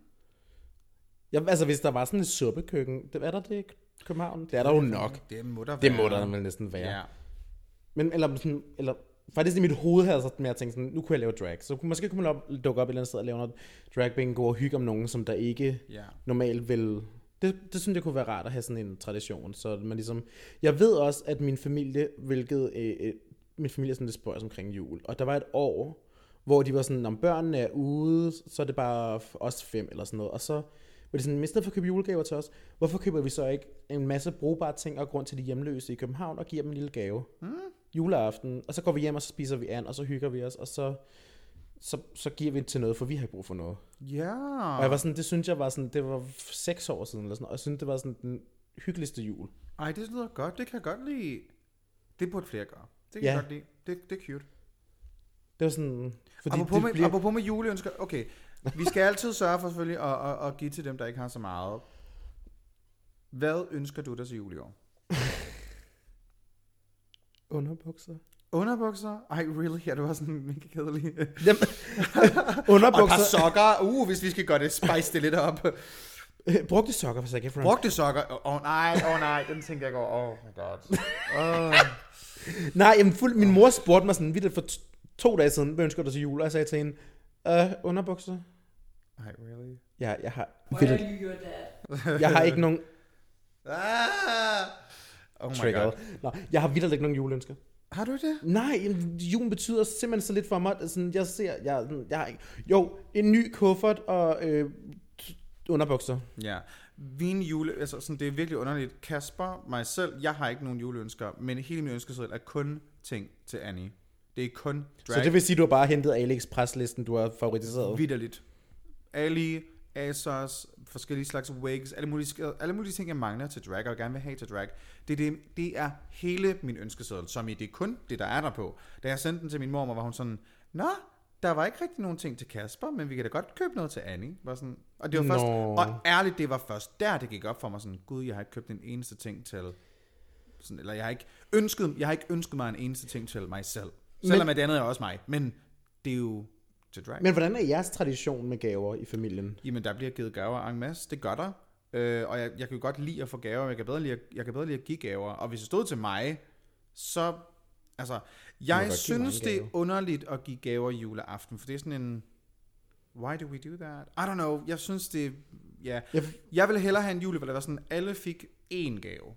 Jeg, altså hvis der var sådan et suppekøkken, det, er der det i København? Det er der jo nok. Det må der være. Det må der vel næsten være. Ja. Men, eller, sådan, eller faktisk i mit hoved havde jeg sådan med at tænke sådan, nu kunne jeg lave drag. Så kunne, måske kunne man op, dukke op et eller andet sted og lave noget drag bingo og hygge om nogen, som der ikke Ja. normalt vil... Det, det synes jeg kunne være rart at have sådan en tradition. Så man ligesom... Jeg ved også, at min familie, hvilket... Øh, øh, min familie er sådan lidt spøjs omkring jul. Og der var et år, hvor de var sådan, om børnene er ude, så er det bare f- os fem eller sådan noget. Og så var det sådan, i stedet for at købe julegaver til os, hvorfor køber vi så ikke en masse brugbare ting og grund til de hjemløse i København og giver dem en lille gave? Mm. Juleaften. Og så går vi hjem, og så spiser vi an, og så hygger vi os, og så, så, så giver vi til noget, for vi har ikke brug for noget. Ja. Og jeg var Ah. sådan, det synes jeg var sådan, det var f- seks år siden, eller sådan, og jeg synes, det var sådan den hyggeligste jul. Ej, det lyder godt. Det kan jeg godt lide. Det burde flere gøre. Det kan Ja. jeg godt lide. Det, det er cute. Det var sådan, fordi Apropos, det med, bliver... apropos med juleønsker, okay, vi skal altid sørge for selvfølgelig at, at, at give til dem, der ikke har så meget. Hvad ønsker du dig til jul i år? Underbukser. Underbukser? Ej, really? Ja, du var sådan mega kedelig. Jamen, Og et par underbukser. sokker. Uh, hvis vi skal gøre det, spice det lidt op. Øh, Brugte sokker, hvis jeg kan frem. Brugte sokker? Åh oh, nej, åh oh, nej, den tænkte jeg går. Oh my god. Nej, jamen, fuld, min mor spurgte mig sådan, vidt for t- to dage siden, hvad ønsker du til jul? Og jeg sagde til hende, Uh, underbukser? Ej, really? Ja, jeg har... Why Philip, are you your dad? jeg har ikke nogen... Ah! Oh my Trigger. god. Nå, jeg har vildt ikke nogen juleønsker. Har du det? Nej, jamen, julen betyder simpelthen så lidt for mig. at Sådan, jeg ser... Jeg, jeg har ikke... Jo, en ny kuffert og øh, t- underbukser. Ja. Min jule, altså sådan, det er virkelig underligt. Kasper, mig selv, jeg har ikke nogen juleønsker, men hele min ønskeseddel er kun ting til Annie. Det er kun drag. Så det vil sige, du har bare hentet AliExpress-listen, du har favoritiseret. Vitterligt. Ali, Asos, forskellige slags wigs, alle mulige, alle mulige ting, jeg mangler til drag, og gerne vil have til drag. Det, er det, det er hele min ønskeseddel, som i det er kun det, der er der på. Da jeg sendte den til min mor, var hun sådan, Nå, der var ikke rigtig nogen ting til Kasper, men vi kan da godt købe noget til Annie. Var sådan, og det var først, Nå. og ærligt, det var først der, det gik op for mig sådan, gud, jeg har ikke købt en eneste ting til, sådan, eller jeg har, ikke ønsket, jeg har ikke ønsket mig en eneste ting til mig selv. Selvom men, det andet er også mig, men det er jo til drag. Men hvordan er jeres tradition med gaver i familien? Jamen, der bliver givet gaver en masse. Det gør der. Øh, og jeg, jeg kan jo godt lide at få gaver, men jeg kan bedre lide at, jeg kan bedre lide at give gaver. Og hvis det stod til mig, så... Altså, jeg godt give synes, mange det er gaver. underligt at give gaver juleaften, for det er sådan en... Why do we do that? I don't know. Jeg synes, det... Ja. Jeg- Jeg, jeg ville hellere have en jule, hvor det var sådan, alle fik én gave.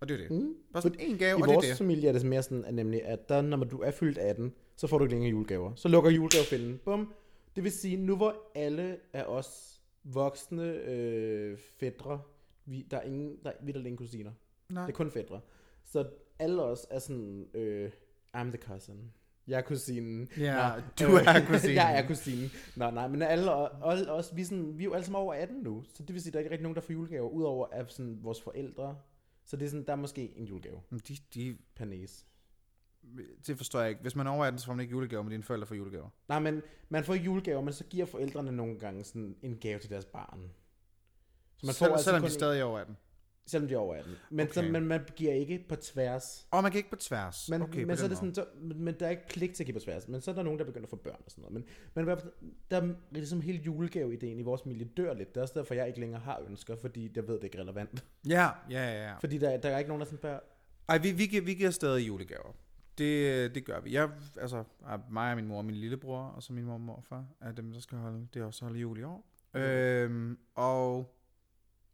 Og det er det. Mm. Bare sådan én gave, I og det er vores det. familie er det mere sådan, at, nemlig, at der, når du er fyldt 18, så får du ikke længere julegaver. Så lukker julegavefinden. Bum. Det vil sige, nu hvor alle af os voksne øh, fædre, vi, der er ingen, der, vi er der ingen kusiner. Nej. Det er kun fædre. Så alle os er sådan, øh, I'm the cousin. Jeg er kusinen. Ja, Nå, øh, du er kusinen. jeg er kusinen. Nå, nej, men alle o- alle os, vi, er sådan, vi er jo alle sammen over 18 nu, så det vil sige, at der er ikke rigtig nogen, der får julegaver, udover af sådan, vores forældre. Så det er sådan, der er måske en julegave Men De, de, per næse. det forstår jeg ikke. Hvis man er over 18, så får man ikke julegaver, men dine forældre får julegaver. Nej, men man får ikke julegaver, men så giver forældrene nogle gange sådan en gave til deres barn. Så man får Sel, altså selvom kun de en- stadig er over 18. Selvom de er over 18. Men, okay. så, Okay. men man giver ikke på tværs. Og man kan ikke på tværs. okay, Men, okay, på men så den er det måde. sådan, så, men men der er ikke pligt til at give på tværs. Men så er der nogen, der begynder at få børn og sådan noget. Men, men i hvert fald, der er ligesom hele julegaveideen i vores miljø dør lidt. Det er også derfor, jeg ikke længere har ønsker, fordi jeg ved, det ikke er relevant. Ja, ja, ja. ja. Fordi der, der er ikke nogen, der sådan bare... Ej, vi, vi, giver, vi giver stadig julegaver. Det, det gør vi. Jeg, altså, ej, mig og min mor og min lillebror, og så min mor og morfar, er dem, der skal holde, det er også holde jul i år. Øhm, og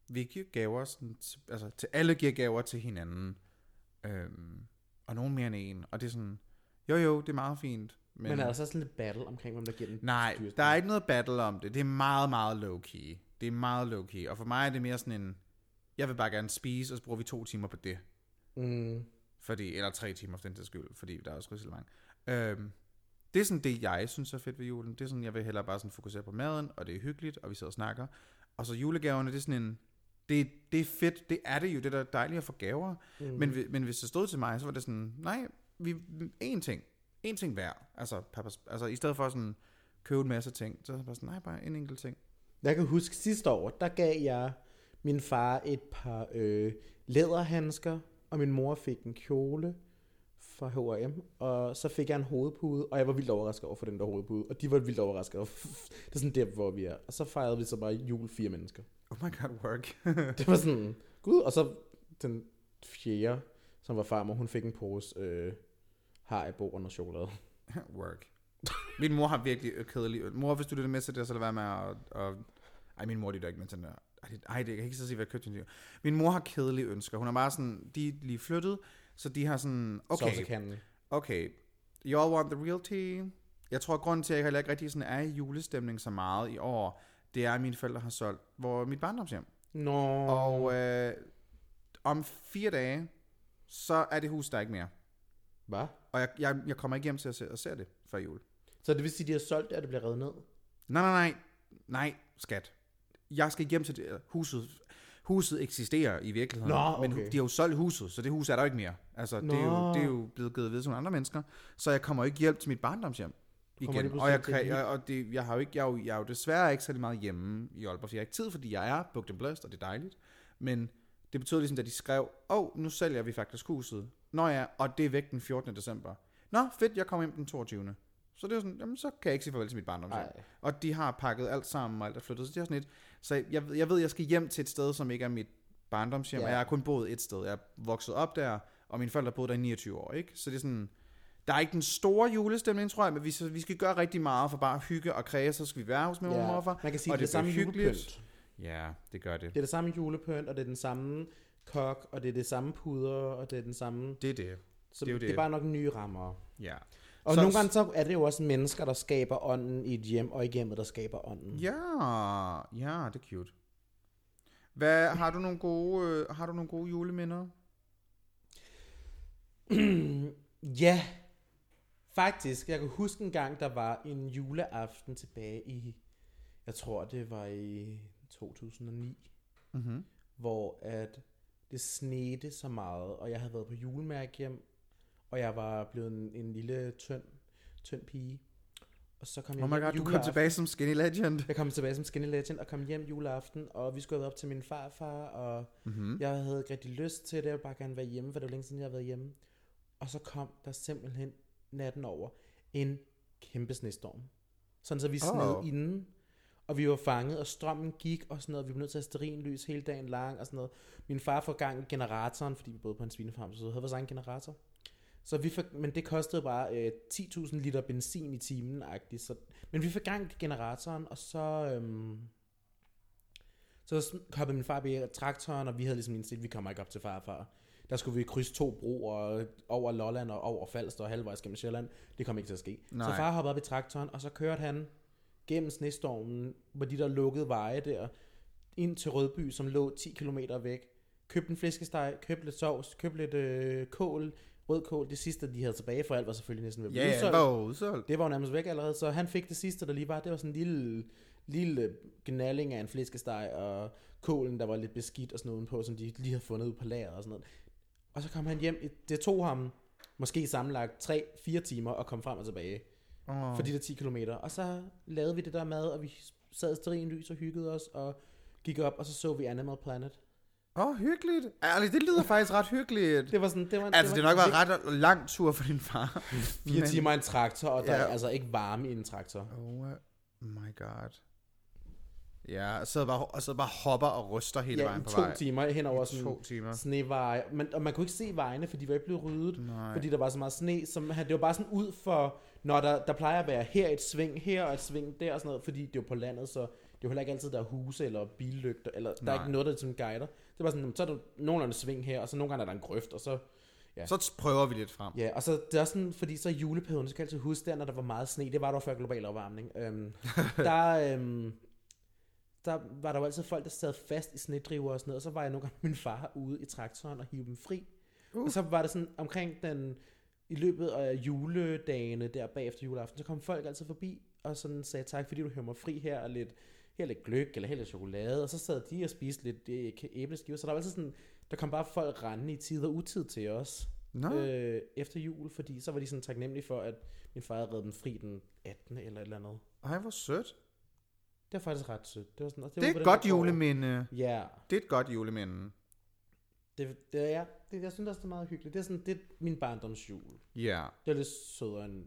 vi giver gaver, sådan, til- altså til alle giver gaver til hinanden. Øhm, og nogen mere end en. Og det er sådan, jo jo, det er meget fint. Men, men er der så sådan lidt battle omkring, hvem der giver den Nej, dyreste? der er ikke noget battle om det. Det er meget, meget low-key. Det er meget low-key. Og for mig er det mere sådan en, jeg vil bare gerne spise, og så bruger vi to timer på det. Mm, Fordi, eller tre timer for den til skyld, fordi der er også rigtig mange. Øhm, det er sådan det, jeg synes er fedt ved julen. Det er sådan, jeg vil hellere bare sådan fokusere på maden, og det er hyggeligt, og vi sidder og snakker. Og så julegaverne, det er sådan en, det, det er fedt, det er det jo, det der er dejligt at få gaver. Mm. Men, hvi- men hvis det stod til mig, så var det sådan, nej, vi, én ting, én ting hver. Altså, papas, altså i stedet for sådan, købe en masse ting, så er det bare sådan, nej, bare en enkelt ting. Jeg kan huske sidste år, der gav jeg min far et par øh, læderhandsker, og min mor fik en kjole fra H&M, og så fik jeg en hovedpude, og jeg var vildt overrasket over for den der hovedpude, og de var vildt overrasket over. Det er sådan der, hvor vi er. Og så fejrede vi så bare jul fire mennesker. Oh my god, work. Det var sådan, gud, og så den fjerde, som var farmor, hun fik en pose øh, Haribo og noget chokolade. Work. Min mor har virkelig ø- kedelig øl. Mor, hvis du lytter med til det, så lad være med at... Og, ej, min mor lytter ikke med til den der. Ej, det, ej, det, jeg kan ikke så sige, hvad jeg købte hende. Min mor har kedelige ønsker. Hun er bare sådan... De er lige flyttet, så de har sådan... Okay, Sovsekanden. okay. You all want the real tea? Jeg tror, at grunden til, at jeg heller ikke rigtig sådan er i julestemning så meget i år, det er, at mine forældre har solgt hvor mit barndomshjem. Nå. Og øh, om fire dage, så er det hus, der er ikke mere. Hvad? Og jeg, jeg, jeg kommer ikke hjem til at se, at se det før jul. Så det vil sige, at de har solgt det, og det bliver reddet ned? Nej, nej, nej. Nej, skat. Jeg skal hjem til det. huset. Huset eksisterer i virkeligheden. Nå, Men okay. hu- de har jo solgt huset, så det hus er der jo ikke mere. Altså, det er, Nå. jo, det er jo blevet givet videre til nogle andre mennesker. Så jeg kommer jo ikke hjem til mit barndomshjem. kommer lige Igen. Og, pludselig jeg, til et kan, jeg, og det, jeg, har jo ikke, jeg, er jo, jeg er jo desværre ikke særlig meget hjemme i Aalborg, for jeg har ikke tid, fordi jeg er booked and blessed, og det er dejligt. Men det betød ligesom, da de skrev, åh, oh, nu sælger vi faktisk huset. Nå ja, og det er væk den 14. december. Nå, fedt, jeg kommer hjem den 22. Så det er sådan, jamen så kan jeg ikke sige farvel til mit barndomshjem. Ej. Og de har pakket alt sammen, og alt er flyttet, så det er sådan et, så jeg, ved- jeg ved, jeg skal hjem til et sted, som ikke er mit barndomshjem, Ja. og jeg har kun boet et sted. Jeg er vokset op der, og mine forældre boede der i 29 år, ikke? Så det er sådan, Der er ikke den store julestemning, tror jeg, men vi, så, vi skal gøre rigtig meget for bare at hygge og kræse, så skal vi være hos min mor og morfar. man kan sige, og det, det er det samme bliver julepynt. Ja, det gør det. Det er det samme julepynt, og det er den samme kok, og det er det samme puder, og det er den samme... Det er det. Så Det er jo det. det det. er bare nok nye rammer. Ja. Og så, nogle gange så er det jo også mennesker, der skaber ånden i et hjem, og i hjemmet, der skaber ånden. Ja, ja, det er cute. Hvad, har, du nogle gode, øh, har du nogle gode juleminder? Ja, faktisk. Jeg kan huske en gang, der var en juleaften tilbage i, jeg tror det var i 2009, mm-hmm. hvor at det snede så meget, og jeg havde været på julemærke hjem, og jeg var blevet en, en lille, tynd, tynd pige. Og så kom jeg Oh my hjem god, du kom juleaften. tilbage som skinny legend. Jeg kom tilbage som Skinny Legend og kom hjem juleaften, og vi skulle have været op til min farfar, og mm-hmm. jeg havde ikke rigtig lyst til det, jeg ville bare gerne være hjemme, for det var længe siden, jeg havde været hjemme. Og så kom der simpelthen natten over en kæmpe snestorm. Sådan så vi sned Åh. oh. inden, og vi var fanget, og strømmen gik og sådan noget, og vi blev nødt til at have sterinlys hele dagen lang og sådan noget. Min far får gang i generatoren, fordi vi boede på en svinefarm, så havde vores egen generator. Så vi fik, men det kostede bare øh, 10.000 liter benzin i timen, -agtigt, så, men vi fik gang i generatoren, og så, øhm, så sm- hoppede min far op i traktoren, og vi havde ligesom indstillet, at vi kommer ikke op til farfar. Der skulle vi krydse to broer øh, over Lolland og over Falster og halvvejs gennem Sjælland. Det kom ikke til at ske. Nej. Så Nej. far hoppede op i traktoren, og så kørte han gennem snestormen på de der lukkede veje der, ind til Rødby, som lå 10 km væk. Købte en flæskesteg, købte lidt sovs, købte lidt øh, kål, rødkål. Det sidste, de havde tilbage for alt, var selvfølgelig næsten ved at Ja, blive ja, det udsolgt. var jo udsolgt. Det var jo nærmest væk allerede, så han fik det sidste, der lige var. Det var sådan en lille, lille gnalling af en flæskesteg, og kålen, der var lidt beskidt og sådan noget på, som de lige havde fundet ud på lageret og sådan noget. Og så kom han hjem. i- Det tog ham måske sammenlagt 3-4 timer at komme frem og tilbage Oh. for de der 10 km. Og så lavede vi det der mad, og vi sad stadig i en lys og hyggede os, og gik op, og så så vi Animal Planet. Åh, oh, hyggeligt. Ærligt, det lyder faktisk ret hyggeligt. Det var sådan, det var, altså, det det har var nok været ret lang tur for din far. 4 men- timer i en traktor, og der Ja. er altså ikke varme i en traktor. Oh my god. Ja, og så bare, og så bare hopper og ryster hele Ja, vejen i på to vej. timer henover sådan to timer. sneveje. Men, og man kunne ikke se vejene, fordi de var ikke blevet ryddet, Nej. fordi der var så meget sne. Så man, det var bare sådan ud for, når der, der plejer at være her et sving, her og et sving der og sådan noget, fordi det er jo på landet, så det er jo heller ikke altid, der er huse eller billygter, eller der er Nej. ikke noget, der sådan guider. Det var sådan, "Jamen, så er der nogenlunde sving her, og så nogle gange er der en grøft, og så Så prøver vi lidt frem. Ja, og så det er også sådan, fordi så i juleperioden, så kan jeg altid huske der, når der var meget sne, det var der jo før global opvarmning, øhm, der, øhm, der var der jo altid folk, der sad fast i snedriver og sådan noget, og så var jeg nogle gange med min far ude i traktoren og hive dem fri. Uh. Og så var det sådan omkring den, i løbet af juledagene der bagefter juleaften, så kom folk altid forbi og sådan sagde tak, fordi du hører mig fri her, og lidt, her er lidt gløk, eller her er lidt chokolade, og så sad de og spiste lidt øh, æbleskiver, så der var altid sådan, der kom bare folk rendende i tid og utid til os Nå. øh, efter jul, fordi så var de sådan taknemmelige for, at min far havde reddet dem fri den 18. eller et eller andet. Ej, hvor sødt. Det Øh, var faktisk ret sødt. Det, var sådan, og Det var er på et den godt her gård. juleminde. Ja, Det er et godt juleminde. det, det er, det, jeg synes også, det er meget hyggeligt. Det er sådan, det er min barndoms jul. Ja. Det er lidt sødere end nu.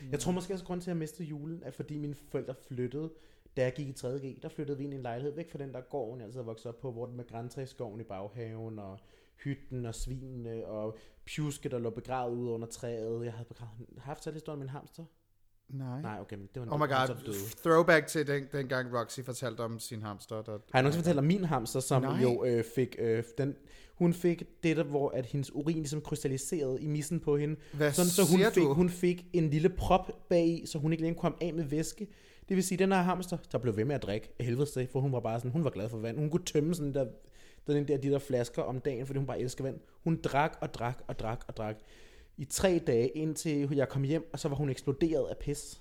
Jeg Mm. tror måske også, grund til, at jeg mistede julen, er fordi mine forældre flyttede, da jeg gik i 3.G, der flyttede vi ind i en lejlighed væk fra den der gården, jeg altid har vokset op på, hvor den med græntræskoven i baghaven, og hytten og svinene, og pjusket, der lå begravet ude under træet. Jeg havde begravet, har jeg fortalt historien om en hamster? Nej. Nej, okay, men det var en Oh my god, hamster, der døde. throwback til den, dengang Roxy fortalte om sin hamster. Der... Har jeg nogensinde fortalt om min hamster, som Nej. Nej. jo øh, fik, øh, den, hun fik det der, hvor at hendes urin ligesom krystalliserede i missen på hende. Hvad sådan, så hun siger fik, du? hun fik en lille prop bagi, så hun ikke længere kom af med væske. Det vil sige, den her hamster, der blev ved med at drikke af helvede til, for hun var bare sådan, hun var glad for vand. Hun kunne tømme sådan der, den der, de der flasker om dagen, fordi hun bare elsker vand. Hun drak og drak og drak og drak i tre dage, indtil jeg kom hjem, og så var hun eksploderet af pis.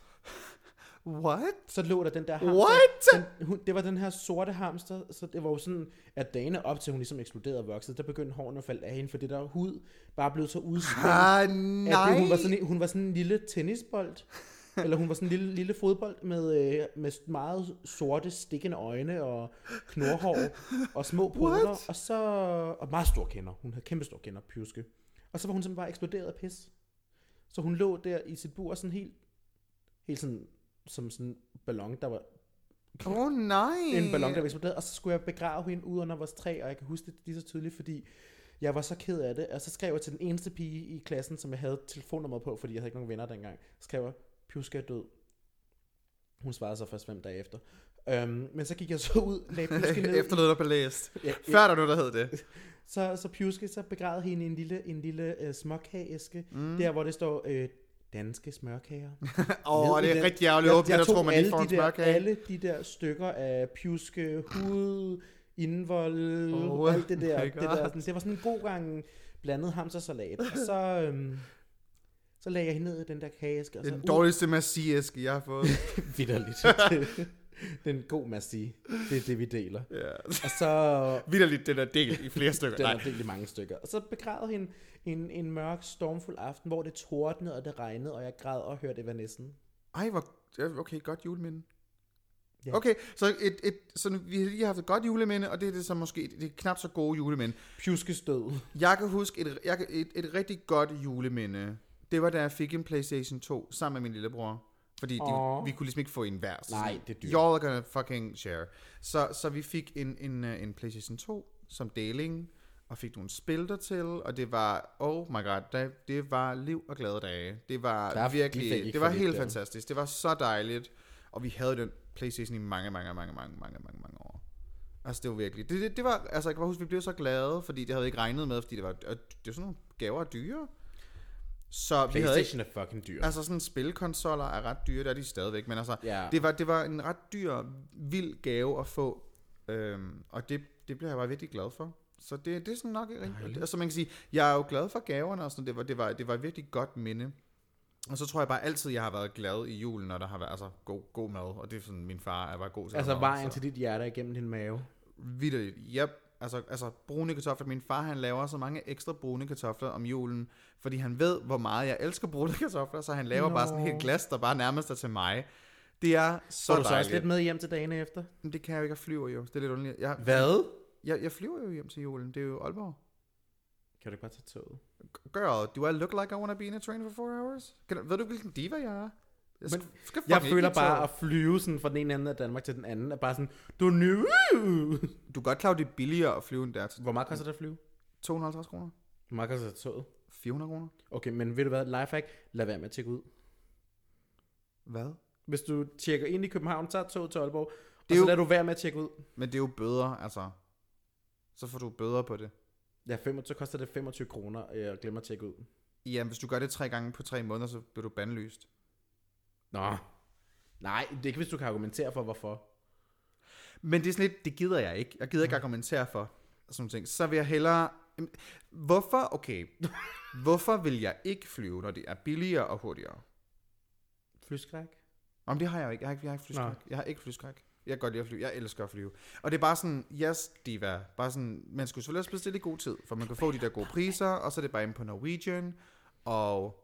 What? Så lå der den der hamster. What? Den, hun, det var den her sorte hamster, så det var jo sådan, at dagene op til hun ligesom eksploderede og voksede, der begyndte hårene at falde af hende, for det der hud bare blev så udspændt. Ah, at det, hun, var nej. sådan, en- hun var sådan en lille tennisbold, eller hun var sådan en lille, lille fodbold med, øh, med meget sorte, stikkende øjne og knorhår og små poler, og så og meget store kender. Hun havde kæmpe store kender, pjuske. Og så var hun simpelthen bare eksploderet af pis. Så hun lå der i sit bur sådan helt, helt sådan, som sådan en ballon, der var Åh, oh, nej. en ballon, der var eksploderet, og så skulle jeg begrave hende ud under vores træ, og jeg kan huske det lige så tydeligt, fordi Jeg var så ked af det, og så skrev jeg til den eneste pige i klassen, som jeg havde telefonnummer på, fordi jeg havde ikke nogen venner dengang. Skrev jeg, Pjuska er død. Hun svarede så først fem dage efter. Øhm, men så gik jeg så ud, lagde Pjuske ned. Efterlød der belæst. Ja, ja. Før der nu, der hed det. Så, så Pjuske, så begravede hende i en lille, en lille øh, småkageæske, mm. der hvor det står, øh, danske smørkager. Åh, oh, Ned i det er den. rigtig ærgerligt. Jeg, jeg, jeg tog tror, man alle ikke får en de der, smørkage. Alle de der stykker af pjuske, hud, indvold, Åh, oh, alt det der. my Det, God. der sådan, det var sådan en god gang blandet hamstersalat. Og så, øhm, så lagde jeg hende ned i den der kageæske. Og Det så, er den dårligste massiæske, jeg har fået. Uh, vidderligt. Det- det er en god massi. Det er det, vi deler. ja. Og så Vidderligt, den er delt i flere stykker. den Nej. er delt i mange stykker. Og så begravede hende en, en mørk, stormfuld aften, hvor det tordnede, og det regnede, og jeg græd og hørte Evanessen. Ej, hvor... ja, Okay, godt juleminde. Ja. Okay, så, et, et, så nu- vi har lige haft et godt juleminde, og det er det så måske det er knap så gode juleminde. Pjuskestød. Jeg kan huske et, jeg kan, et, et rigtig godt juleminde. Det var, da jeg fik en Playstation 2 sammen med min lillebror. Fordi de, Åh. vi kunne ligesom ikke få en hver. Så Nej, sådan, det er dyrt. Y'all are gonna fucking share. Så, så vi fik en, en, øh, en Playstation 2 som deling, og fik nogle spil dertil, og det var, oh my god, da- det var liv og glade dage. Det var Der- de fik virkelig, ikke det var for lidt helt der. fantastisk. Det var så dejligt, og vi havde den Playstation i mange, mange, mange, mange, mange, mange, mange år. Altså, det var virkelig... Det, det, det var, altså, jeg kan bare huske, vi blev så glade, fordi det havde vi ikke regnet med, fordi det var, og det var sådan nogle gaver er dyre. Så vi havde ikke... PlayStation er fucking dyr. Altså, sådan spilkonsoller er ret dyre, det er de stadigvæk, men altså, Ja. det, var, det var en ret dyr, vild gave at få, øhm, og det, det blev jeg bare virkelig glad for. Så det, det er sådan nok... Og så man kan sige, jeg er jo glad for gaverne, og sådan, det, var, det, var, det var et virkelig godt minde. Og så tror jeg bare altid, jeg har været glad i julen, når der har været altså, god, god mad, og det er sådan, min far er bare god til at Altså lave mad, vejen så- til dit hjerte er igennem din mave. Vitterligt, yep. Altså, altså brune kartofler. Min far, han laver så mange ekstra brune kartofler om julen, fordi han ved, hvor meget jeg elsker brune kartofler, så han laver Nå. bare sådan et helt glas, der bare nærmest er til mig. Det er så Så du så også dejligt. lidt med hjem til dagen efter? Men Det kan jeg jo ikke, jeg flyver jo. Det er lidt underligt. Jeg, Jeg, jeg flyver jo hjem til julen. Det er jo Aalborg. Kan du ikke bare tage toget? Girl, do I look like I wanna be in a train for four hours? Kan, ved du, hvilken diva jeg er? Jeg, skal, skal Jeg fucking føler ikke i bare tog. at flyve sådan fra den ene ende af Danmark til den anden, er bare sådan, du er ny. Du er godt klar, over, det er billigere at flyve end der til Hvor meget koster det at flyve? 250 kroner? Hvor meget koster det at tage toget? 400 kroner? Okay, men ved du hvad, lifehack, lad være med at tjekke ud. Hvad? Hvis du tjekker ind i København, tager toget til Aalborg, og Det er så jo- lader du være med at tjekke ud. Men det er jo bøder, altså. Så får du bøder på det. Ja, 25, så koster det 25 kroner, og jeg glemmer at tjekke ud. Ja, hvis du gør det tre gange på tre måneder, så bliver du bandlyst. Nå. Nej, det er ikke, hvis du kan argumentere for, hvorfor. Men det er sådan lidt, det gider jeg ikke. Jeg gider ikke argumentere for sådan nogle ting. Så vil jeg hellere... Jamen, Hvorfor, okay, hvorfor vil jeg ikke flyve, når det er billigere og hurtigere? Flyskræk? Om det har jeg jo ikke. Jeg har ikke, jeg har ikke flyskræk. Jeg har ikke flyskræk. Jeg kan godt lide at flyve. Jeg elsker at flyve. Og det er bare sådan, yes, diva. Bare sådan, man skulle selvfølgelig også bestille i god tid, for man kan få de der gode priser, og så er det bare ind på Norwegian, og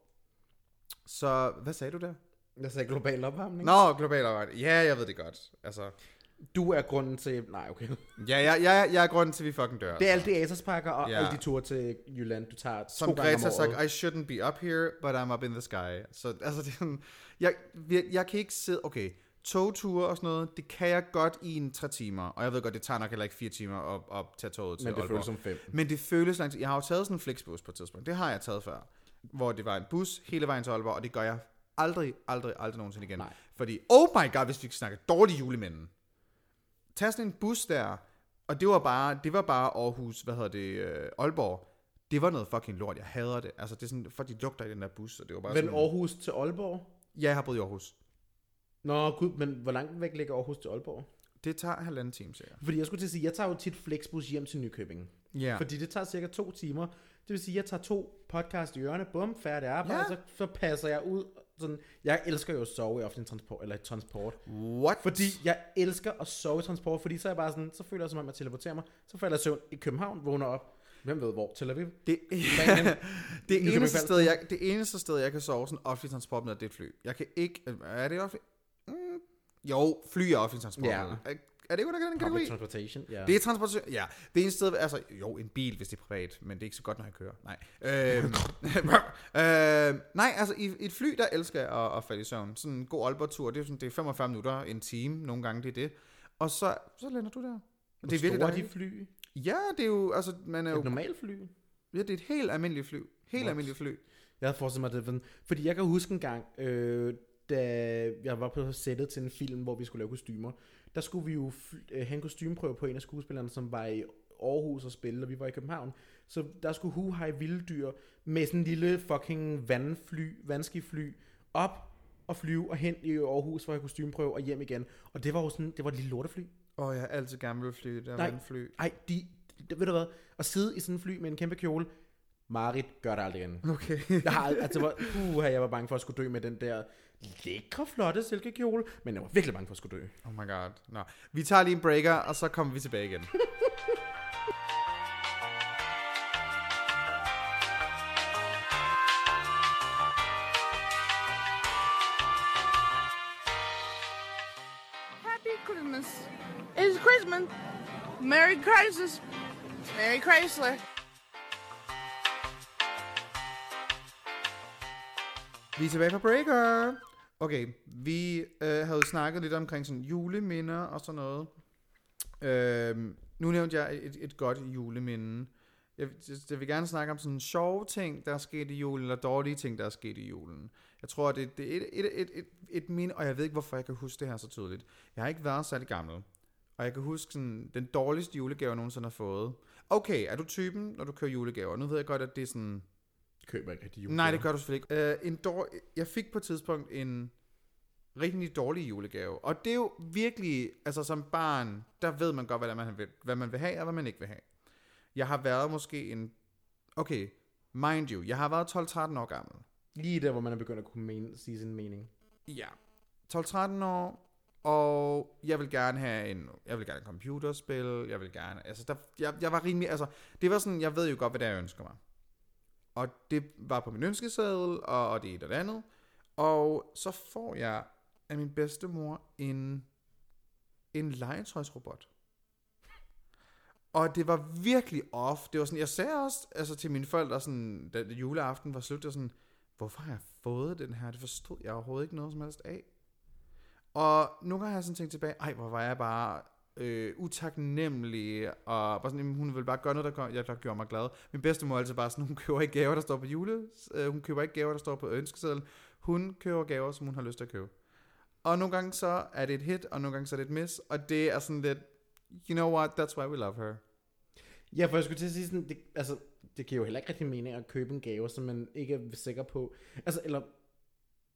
så, hvad sagde du der? Jeg sagde global opvarmning. Nå, global opvarmning. Ja, jeg ved det godt. Altså, Du er grunden til... Nej, okay. ja, ja, ja, jeg er grunden til, at vi fucking dør. Det er alle de Asos-pakker og Ja. ja. alle de ture til Jylland, du tager to Som gange om Greta året. sagde, I shouldn't be up here, but I'm up in the sky. Så altså, det er sådan, jeg, vir- jeg kan ikke sidde, okay, togture og sådan noget, det kan jeg godt i en tre timer. Og jeg ved godt, det tager nok heller ikke fire timer at, at tage toget til Men det Aalborg. føles som fem. Men det føles langt. Jeg har jo taget sådan en flexbus på et tidspunkt. Det har jeg taget før. Hvor det var en bus hele vejen til Aalborg, og det gør jeg aldrig, aldrig, aldrig nogensinde igen. Nej. Fordi, oh my god, hvis vi snakker dårlige julemænden. Tag sådan en bus der, og det var bare, det var bare Aarhus, hvad hedder det, øh, Aalborg. Det var noget fucking lort, jeg hader det. Altså, det er sådan, folk de lugter i den der bus, og det var bare Men sådan, Aarhus til Aalborg? ja, jeg har boet i Aarhus. Nå gud, men hvor langt væk ligger Aarhus til Aalborg? Det tager halvanden time, siger jeg. Fordi jeg skulle til at sige, jeg tager jo tit Flexbus hjem til Nykøbing. Ja. Ja. Fordi det tager cirka to timer. Det vil sige, at jeg tager to podcast i ørerne, bum, færdig arbejde, Ja. ja. så, så passer jeg ud. Sådan, jeg elsker jo at sove i offentlig transport, eller i transport. What? Fordi jeg elsker at sove i transport, fordi så er jeg bare sådan, så føler jeg som om, jeg teleporterer mig. Så falder jeg i søvn i København, vågner op. Hvem ved hvor? Tel Aviv? Det, Spanien. Nykøbing det, eneste Falster. sted, jeg, det eneste sted, jeg kan sove sådan offentlig transport med, det er et fly. Jeg kan ikke... øh, Er det offentlig? Mm, jo, fly er offentlig transport. Ja. Er, er det ikke under den kategori? Public transportation, ja. Det er transport... Ja, det eneste sted... Altså, jo, en bil, hvis det er privat, men det er ikke så godt, når jeg kører. Nej. Øhm, øhm, nej, altså, i, i et fly, der elsker jeg at, at falde i søvn. Sådan en god Aalborg-tur, det er, sådan, det er 45 minutter, en time, nogle gange det er det. Og så, så lander du der. det er virkelig dejligt. de fly. Ja, det er jo, altså, man er jo Et normalt fly. Ja, det er et helt almindeligt fly. Helt What? almindeligt fly. Jeg havde forestillet mig det. var sådan- Fordi jeg kan huske en gang, øh, da jeg var på sættet til en film, hvor vi skulle lave kostymer. Der skulle vi jo fl- øh, have en kostymeprøve på en af skuespillerne, som var i Aarhus og spille, og vi var i København. Så der skulle hu hej vilde dyr med sådan en lille fucking vandfly, vandskifly op og flyve og hen i Aarhus for at have kostymeprøve og hjem igen. Og det var jo sådan, det var et lille lortefly. Åh, oh, jeg har altid gerne vil fly. Der Nej. er fly. Ej, de, de, ved du hvad? At sidde i sådan en fly med en kæmpe kjole, Marit gør det aldrig igen. Okay. Jeg har ald- altså, hvor, puha, jeg var bange for at skulle dø med den der lækre, flotte silkekjole, men jeg var virkelig bange for at skulle dø. Oh my god. Nå. Vi tager lige en breaker, og så kommer vi tilbage igen. Happy Christmas. It's Christmas. Merry Christmas. Merry Chrysler. Vi er tilbage fra breaker. Okay, vi øh, havde jo snakket lidt omkring sådan juleminder og sådan noget. Øhm, nu nævnte jeg et, et godt juleminde. Jeg, jeg vil gerne snakke om sådan sjove ting, der er sket i julen, eller dårlige ting, der er sket i julen. Jeg tror, det, det er et, et, et, et, et minde, og jeg ved ikke, hvorfor jeg kan huske det her så tydeligt. Jeg har ikke været særlig gammel, og jeg kan huske sådan, den dårligste julegave, jeg nogensinde har fået. Okay, er du typen, når du kører julegaver? Nu ved jeg godt, at det er sådan... Køber ikke rigtig Nej, det gør du selvfølgelig ikke. Øh, en dår... Jeg fik på et tidspunkt en rigtig dårlig julegave. Og det er jo virkelig, altså som barn, der ved man godt, hvad det er, man vil, hvad man vil have, og hvad man ikke vil have. Jeg har været måske en... Okay, mind you, jeg har været 12-13 år gammel. Lige der, hvor man er begyndt at kunne mene, sige sin mening. Ja. 12-13 år, og jeg vil gerne have en, jeg vil gerne have et computerspil, jeg vil gerne, altså der, jeg, jeg var rimelig, altså det var sådan, jeg ved jo godt, hvad det er, jeg ønsker mig. Og det var på min ønskeseddel, og, og det er et og det andet. Og så får jeg af min bedstemor en, en legetøjsrobot. Og det var virkelig off. Det var sådan, jeg sagde også altså, til mine forældre, sådan, da juleaften var slut, det var sådan, hvorfor har jeg fået den her? Det forstod jeg overhovedet ikke noget som helst af. Og nu har jeg sådan tænkt tilbage, ej, hvor var jeg bare øh, utaknemmelig, og bare sådan, jamen, hun ville bare gøre noget, der, gør, ja, der gjorde mig glad. Min bedstemor er altid bare sådan, hun køber ikke gaver, der står på jule, øh, hun køber ikke gaver, der står på ønskesedlen, hun køber gaver, som hun har lyst til at købe. Og nogle gange så er det et hit, og nogle gange så er det et miss, og det er sådan lidt, you know what, that's why we love her. Ja, for jeg skulle til at sige sådan, det, altså, det giver jo heller ikke rigtig mening at købe en gave, som man ikke er sikker på. Altså, eller...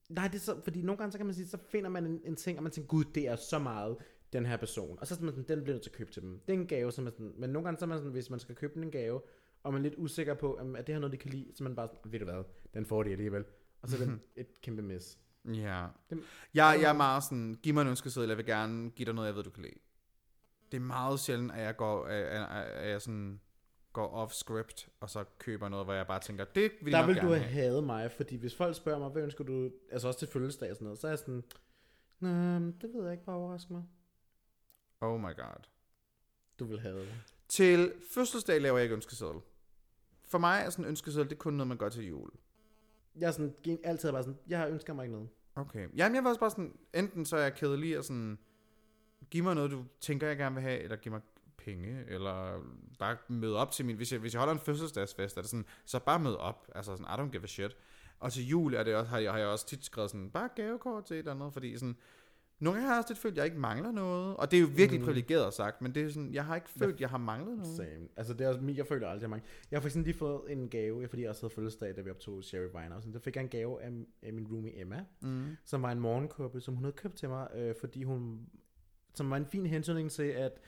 Nej, det er så, fordi nogle gange, så kan man sige, så finder man en, en ting, og man tænker, gud, det er så meget den her person. Og så er man sådan, den bliver nødt til at købe til dem. Det er en gave, som er sådan, men nogle gange, så er man sådan, hvis man skal købe en gave, og man er lidt usikker på, om at det her noget, de kan lide, så er man bare sådan, ved du hvad, den får de alligevel. Og så er Mhm. det et kæmpe mis. Ja. Dem- Jeg, jeg er meget sådan, giv mig en ønskeseddel, jeg vil gerne give dig noget, jeg ved, du kan lide. Det er meget sjældent, at jeg går, at, at, at at jeg sådan går off script, og så køber noget, hvor jeg bare tænker, det vil jeg Der nok vil gerne du have have. hadet mig, fordi hvis folk spørger mig, hvad ønsker du, altså også til fødselsdag og sådan noget, så er jeg sådan, nej, det ved jeg ikke, bare overraske mig. Oh my god. Du vil have det. Til fødselsdag laver jeg ikke ønskeseddel. For mig er sådan en ønskeseddel, det er kun noget, man gør til jul. Jeg er sådan, gen- altid bare sådan, jeg ønsker mig ikke noget. Okay. Jamen, jeg var også bare sådan, enten så er jeg kedelig og sådan, giv mig noget, du tænker, jeg gerne vil have, eller giv mig penge, eller bare møde op til min... Hvis jeg, hvis jeg holder en fødselsdagsfest, er det sådan, så bare mød op. Altså sådan, I don't give a shit. Og til jul er det også, har, jeg, har jeg også tit skrevet sådan, bare gavekort til et eller andet, fordi sådan, nogle gange har jeg også lidt følt, at jeg ikke mangler noget. Og det er jo virkelig mm. privilegeret sagt, men det er sådan, jeg har ikke følt, at jeg har manglet noget. Same. Altså, det er også, min- jeg føler aldrig, jeg mange. Jeg har for eksempel lige fået en gave, fordi jeg også havde fødselsdag, da vi optog Sherry Vine. Og sådan, der fik jeg en gave af, af min roomie Emma, mm. som var en morgenkåbe, som hun havde købt til mig, øh, fordi hun, som var en fin hensynning til, at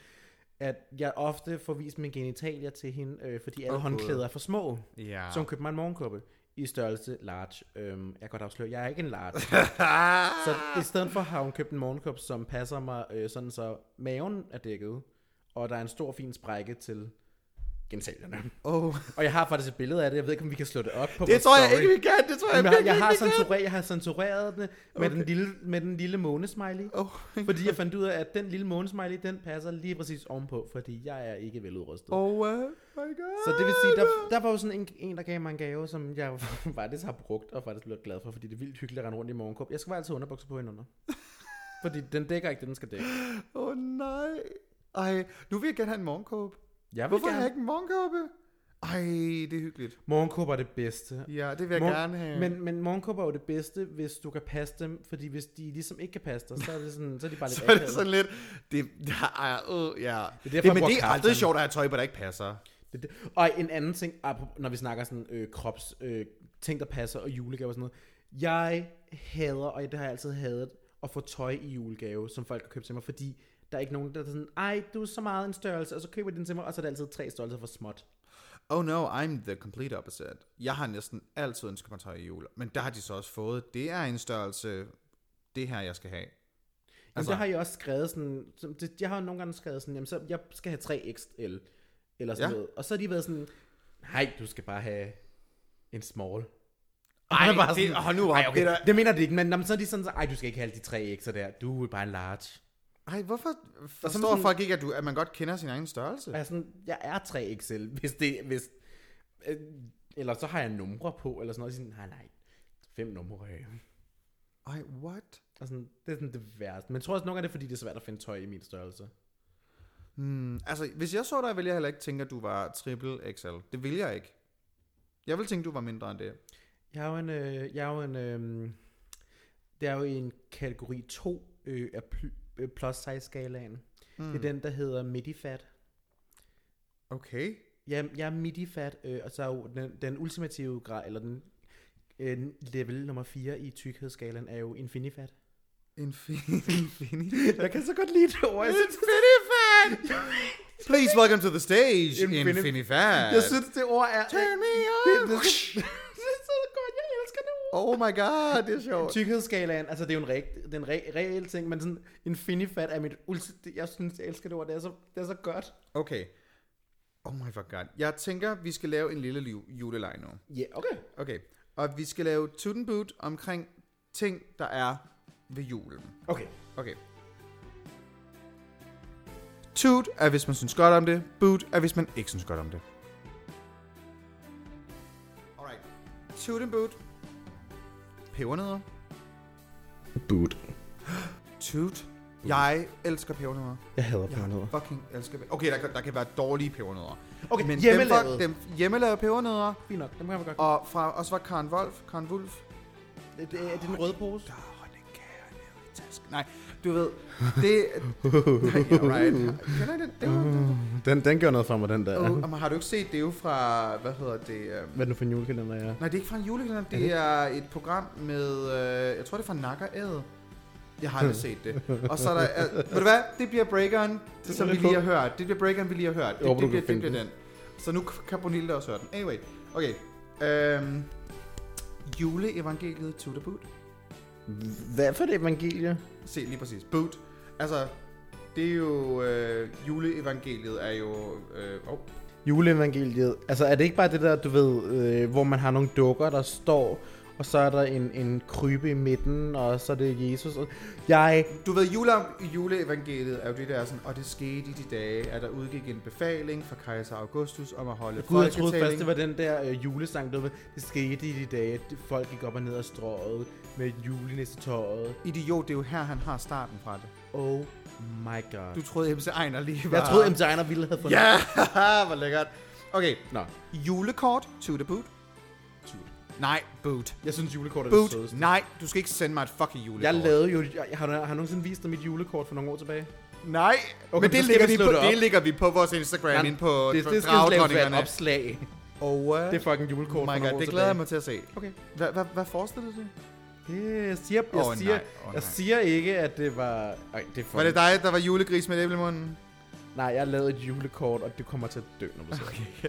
at jeg ofte får vist mine genitalier til hende, øh, fordi alle Åh, oh, Gud. håndklæder er for små. Ja. Så hun købte mig en morgenkåbe i størrelse large. Øhm, jeg kan godt afsløre, jeg er ikke en large. så i stedet for har hun købt en morgenkåbe, som passer mig øh, sådan så maven er dækket, og der er en stor fin sprække til genitalierne. Oh. Og jeg har faktisk et billede af det, jeg ved ikke, om vi kan slå det op på Det vores tror jeg story. ikke, vi kan. Det tror jeg, Men jeg, jeg, virkelig har ikke, vi kan. censureret, jeg har censureret det med, okay. den lille, med den lille månesmiley. Oh my Fordi jeg fandt ud af, at den lille månesmiley, den passer lige præcis ovenpå, fordi jeg er ikke veludrustet. Oh uh, my god. Så det vil sige, der, Ah, der var jo sådan en, en, der gav mig en gave, som jeg faktisk har brugt, og faktisk blev glad for, fordi det er vildt hyggeligt at rende rundt i morgenkåb. Jeg skal bare altid have underbukser på hinanden. fordi den dækker ikke det, den skal dække. Åh oh, nej. Ej, nu vil jeg gerne have en morgenkåbe. Jeg vil Hvorfor gerne, har jeg ikke en morgenkåbe? Ej, det er hyggeligt. Morgenkåb er det bedste. Ja, det vil jeg Morgen- gerne have. Men, men morgenkåb er jo det bedste, hvis du kan passe dem, fordi hvis de ligesom ikke kan passe dig, så er, det sådan, så er de bare lidt så er det akavet. sådan lidt, det, ja, ej, øh, ja. Det jeg er det, men bruger det er aldrig Carlton. sjovt at have tøj på, der ikke passer. Det- det- Og en anden ting, apropos- når vi snakker sådan øh, krops, øh, ting der passer og julegaver og sådan noget. Jeg hader, og det har jeg altid hadet, at få tøj i julegave, som folk har købt til mig, fordi der er ikke nogen, der er sådan, ej, du er så meget en størrelse, og så køber de den til mig, og så er det altid tre størrelser for småt. Oh no, I'm the complete opposite. Jeg har næsten altid ønsket mig tøj i jul, men der har de så også fået, det er en størrelse, det her jeg skal have. Jamen, altså, Altså- der har jeg også skrevet sådan, som det, jeg har jo nogle gange skrevet sådan, jamen, så jeg skal have 3XL, eller sådan ja. Ja. noget. Og så har de været sådan, nej, du skal bare have en small. Ej, Og man er det- hold nu op, Ej, okay, det det, er da- det mener de ikke, men jamen, så er de sådan, så, ej, du skal ikke have alle de tre X'er der, du er bare en large. Ej, hvorfor så forstår må sådan- folk ikke, at, du, at man godt kender sin egen størrelse? Og jeg er sådan, jeg er 3XL, hvis det, hvis, øh, eller så har jeg numre på, eller sådan noget. Og de er sådan, nej, nej, fem numre. øh." Ej, what? Og sådan, det er sådan det værste. Men jeg tror også, nogle gange det er, fordi det er svært at finde tøj i min størrelse. Altså, hvis jeg så dig, ville jeg heller ikke tænke, at du var triple XL. Det vil jeg ikke. Jeg vil tænke, du var mindre end det. Jeg er jo en, øh, jeg er jo en, øh, det er jo i en kategori 2 øh, af pl- øh, plus size skalaen. Mm. Det er den, der hedder midifat. Okay. Jeg, jeg er midifat, øh, og så er jo den, den ultimative grad, eller den øh, level nummer 4 i tykkhedsskalaen, er jo infinifat. En fin... Jeg kan så godt lide det ord. Jeg synes, Infinifan! Please welcome to the stage, Infinif- Infinifan. jeg synes det ord er... Turn me Det, on! det, det, det er så godt, jeg elsker det ord. Oh my god, det er sjovt. Tykkhedsskalaen, altså det er jo en, re, det er en re, reel ting, men sådan infinifat er mit ulti, det- jeg synes, jeg elsker det ord, det er så, det er så godt. Okay. Oh my fuck god. Jeg tænker, vi skal lave en lille liv- julelej nu. Ja, yeah, okay. Okay. Og vi skal lave tuttenboot omkring ting, der er ved julen. Okay. Okay. Toot er, hvis man synes godt om det. Boot er, hvis man ikke synes godt om det. Alright. Toot and boot. Pebernødder. Boot. Toot. Jeg elsker pebernødder. Jeg hader Jeg pebernødder. fucking elsker pebernødder. Okay, der, kan- der kan være dårlige pebernødder. Okay, Men dem, hjemmelavede. fra, dem hjemmelavede pebernødder, Fint nok, dem kan vi godt. og fra, også var Karen Wolf, Karen Wolf. Det, det, er det den røde pose? Der er den Ah, kære nede i tasken. Nej, du ved, det... yeah, right. Kender I den? Det var, Den, den gør noget for mig, den der. Oh, jamen, har du ikke set, det er jo fra, hvad hedder det? Um... Hvad er det for en julekalender, jeg er? Nej, det er ikke fra en julekalender, det er et program med, øh, jeg tror det er fra Nakkeræde. Jeg har aldrig set det. Og så er der, øh, ved du hvad, det bliver breakeren, det, som vi lige har hørt. Det bliver breakeren, vi lige har hørt. Det, Jeg håber, det, du bliver, kan det finde bliver den. Så nu kan Bonilde også høre den. Anyway, okay. Øhm, juleevangeliet to the boot. Hvad for det evangelie? Se, lige præcis. Boot. Altså, det er jo, øh, juleevangeliet er jo, øh, oh, Juleevangeliet. Altså er det ikke bare det der, du ved, øh, hvor man har nogle dukker, der står, og så er der en, en krybe i midten, og så er det Jesus. Og jeg, Du ved, jule, juleevangeliet er jo det der sådan, og det skete i de dage, at der udgik en befaling fra kejser Augustus om at holde Gud, jeg troede først, folketælling. det var den der øh, julesang, du ved, det skete i de dage, at folk gik op og ned af strået med julenisse tøjet. Idiot, det er jo her, han har starten fra det. Oh my god. Du troede, MC Ejner lige var... jeg troede, MC Ejner ville have fundet Ja, hvor lækkert. Okay, Nå, julekort to the boot. Nej, boot. jeg synes julekort er det Boot, sødeste. nej, du skal ikke sende mig et fucking julekort. Jeg lavede jo, jeg, har, du, har du nogensinde vist dig mit julekort for nogle år tilbage? Nej, okay, men men det så skal ligger, vi vi slå på, det op. det ligger vi på vores Instagram, ind på det, det skal laves være et dragdronningerne. opslag. Over. Det er fucking julekort Oh for my nogle år god, det tilbage. glæder jeg mig til at se. Okay. Hvad, hvad, hvad forestillede du? Yeah, jeg siger, Åh, nej. jeg, oh, siger, Åh, nej. jeg siger ikke, at det var... Ej, det er for... Var det dig, der var julegris med æblemunden? Nej, jeg lavede et julekort, og du kommer til at dø, når du ser okay.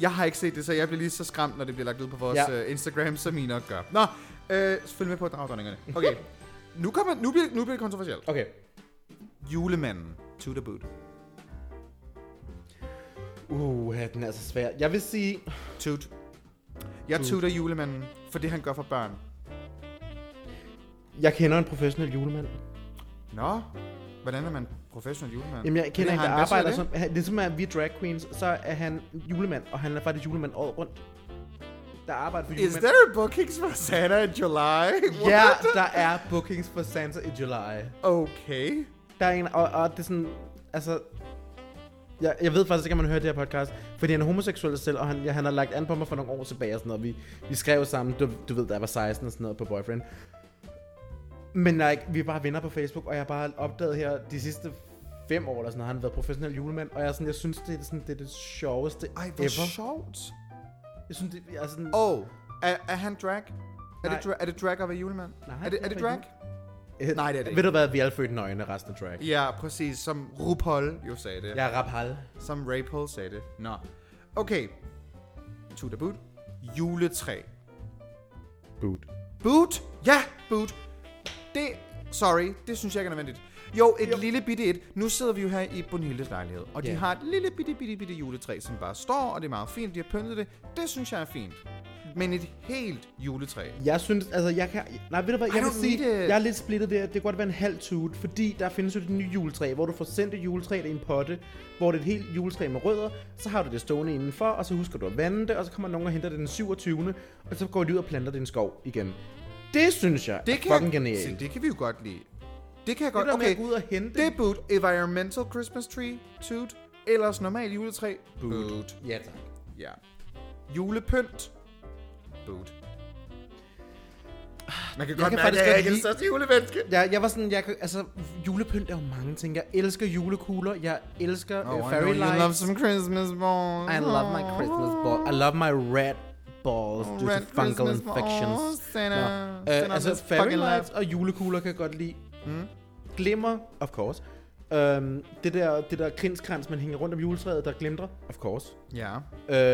Jeg har ikke set det, så jeg bliver lige så skræmt, når det bliver lagt ud på vores ja. Ja. øh, Instagram, som I nok gør. Nå, øh, følg med på dragdronningerne. Okay, nu, kommer, nu, bliver, nu bliver det kontroversielt. Okay. Julemanden. To the boot. Uh, den er altså svær. Jeg vil sige... Toot. Jeg tuter julemanden for det, han gør for børn. Jeg kender en professionel julemand. Nå, hvordan er man professionel julemand? Jamen, jeg kender Fordi en, har der bachelor i arbejder det? som... Han, ligesom er vi er drag queens, så er han julemand, og han er faktisk julemand året rundt. Der arbejder for Is julemand. there bookings for Santa in July? What? Ja, der er bookings for Santa i July. Okay. Der er en, og, og det er sådan... Altså, Jeg, jeg ved faktisk ikke, om man hører det her podcast, fordi han er homoseksuel selv, og han, ja, han har lagt an på mig for nogle år tilbage og sådan noget. Vi, vi skrev sammen, du, du ved, da jeg var 16 og sådan noget på Boyfriend. Men like, vi er bare venner på Facebook, og jeg har bare opdaget her de sidste fem år, eller sådan, noget, har han været professionel julemand, og jeg, er sådan, jeg synes, det er, sådan, det, er det sjoveste Ej, hvor ever. sjovt. jeg synes, det jeg er sådan... Og oh, er, er han drag? Er det, Nej. dra- er det drag at være julemand? Nej, er det, er det det er drag? Øh, nej, det er det Ved du hvad, vi er alle født nøgne resten af track. Ja, præcis. Som RuPaul jo sagde det. Jeg er Rapal. Som Ray Paul sagde det. Nå. Okay. Tuda Boot. Juletræ. Boot. Boot? Ja, boot. Det, sorry, det synes jeg ikke er nødvendigt. Jo, et jo. lille bitte et. Nu sidder vi jo her i Brunhildes lejlighed, og de Ja. har et lille bitte, bitte, bitte juletræ, som bare står, og det er meget fint, de har pyntet det. Det synes jeg er fint. Men et helt juletræ. Jeg synes, altså jeg kan... Nej, ved du hvad, I jeg vil don't sige, need it. jeg er lidt splittet ved, at det kan godt være en halv tut, fordi der findes jo det nye juletræ, hvor du får sendt et juletræ i en potte, hvor det er et helt juletræ med rødder, så har du det stående indenfor, og så husker du at vande det, og så kommer nogen og henter det den 27. Og så går de ud og planter det i en skov igen. Det synes jeg Det det kan, er fucking Se, genialt. Det, det kan vi jo godt lide. Det kan jeg det godt. der med okay, at gå ud og hente det er boot. Environmental Christmas tree, toot. Ellers normal juletræ, boot. boot. Ja, tak. Ja. Julepynt. Boot. Man kan godt kan mærke, faktisk at jeg godt ikke er det lide- største julemenneske. Jeg, jeg var sådan, jeg, kan- altså, julepynt er jo mange ting. Jeg elsker julekugler, jeg elsker oh, uh, fairy lights. some Christmas balls. I love my Christmas ball. I love my red balls due Red to fungal Christmas infections. balls, Santa. Nå. Send Øh, us altså, this fairy fucking Hmm? lights og julekugler kan jeg godt lide. Mm. Glimmer, of course. Øhm, det der, det der krinskrans, man hænger rundt om juletræet, der glimter, of course. Ja.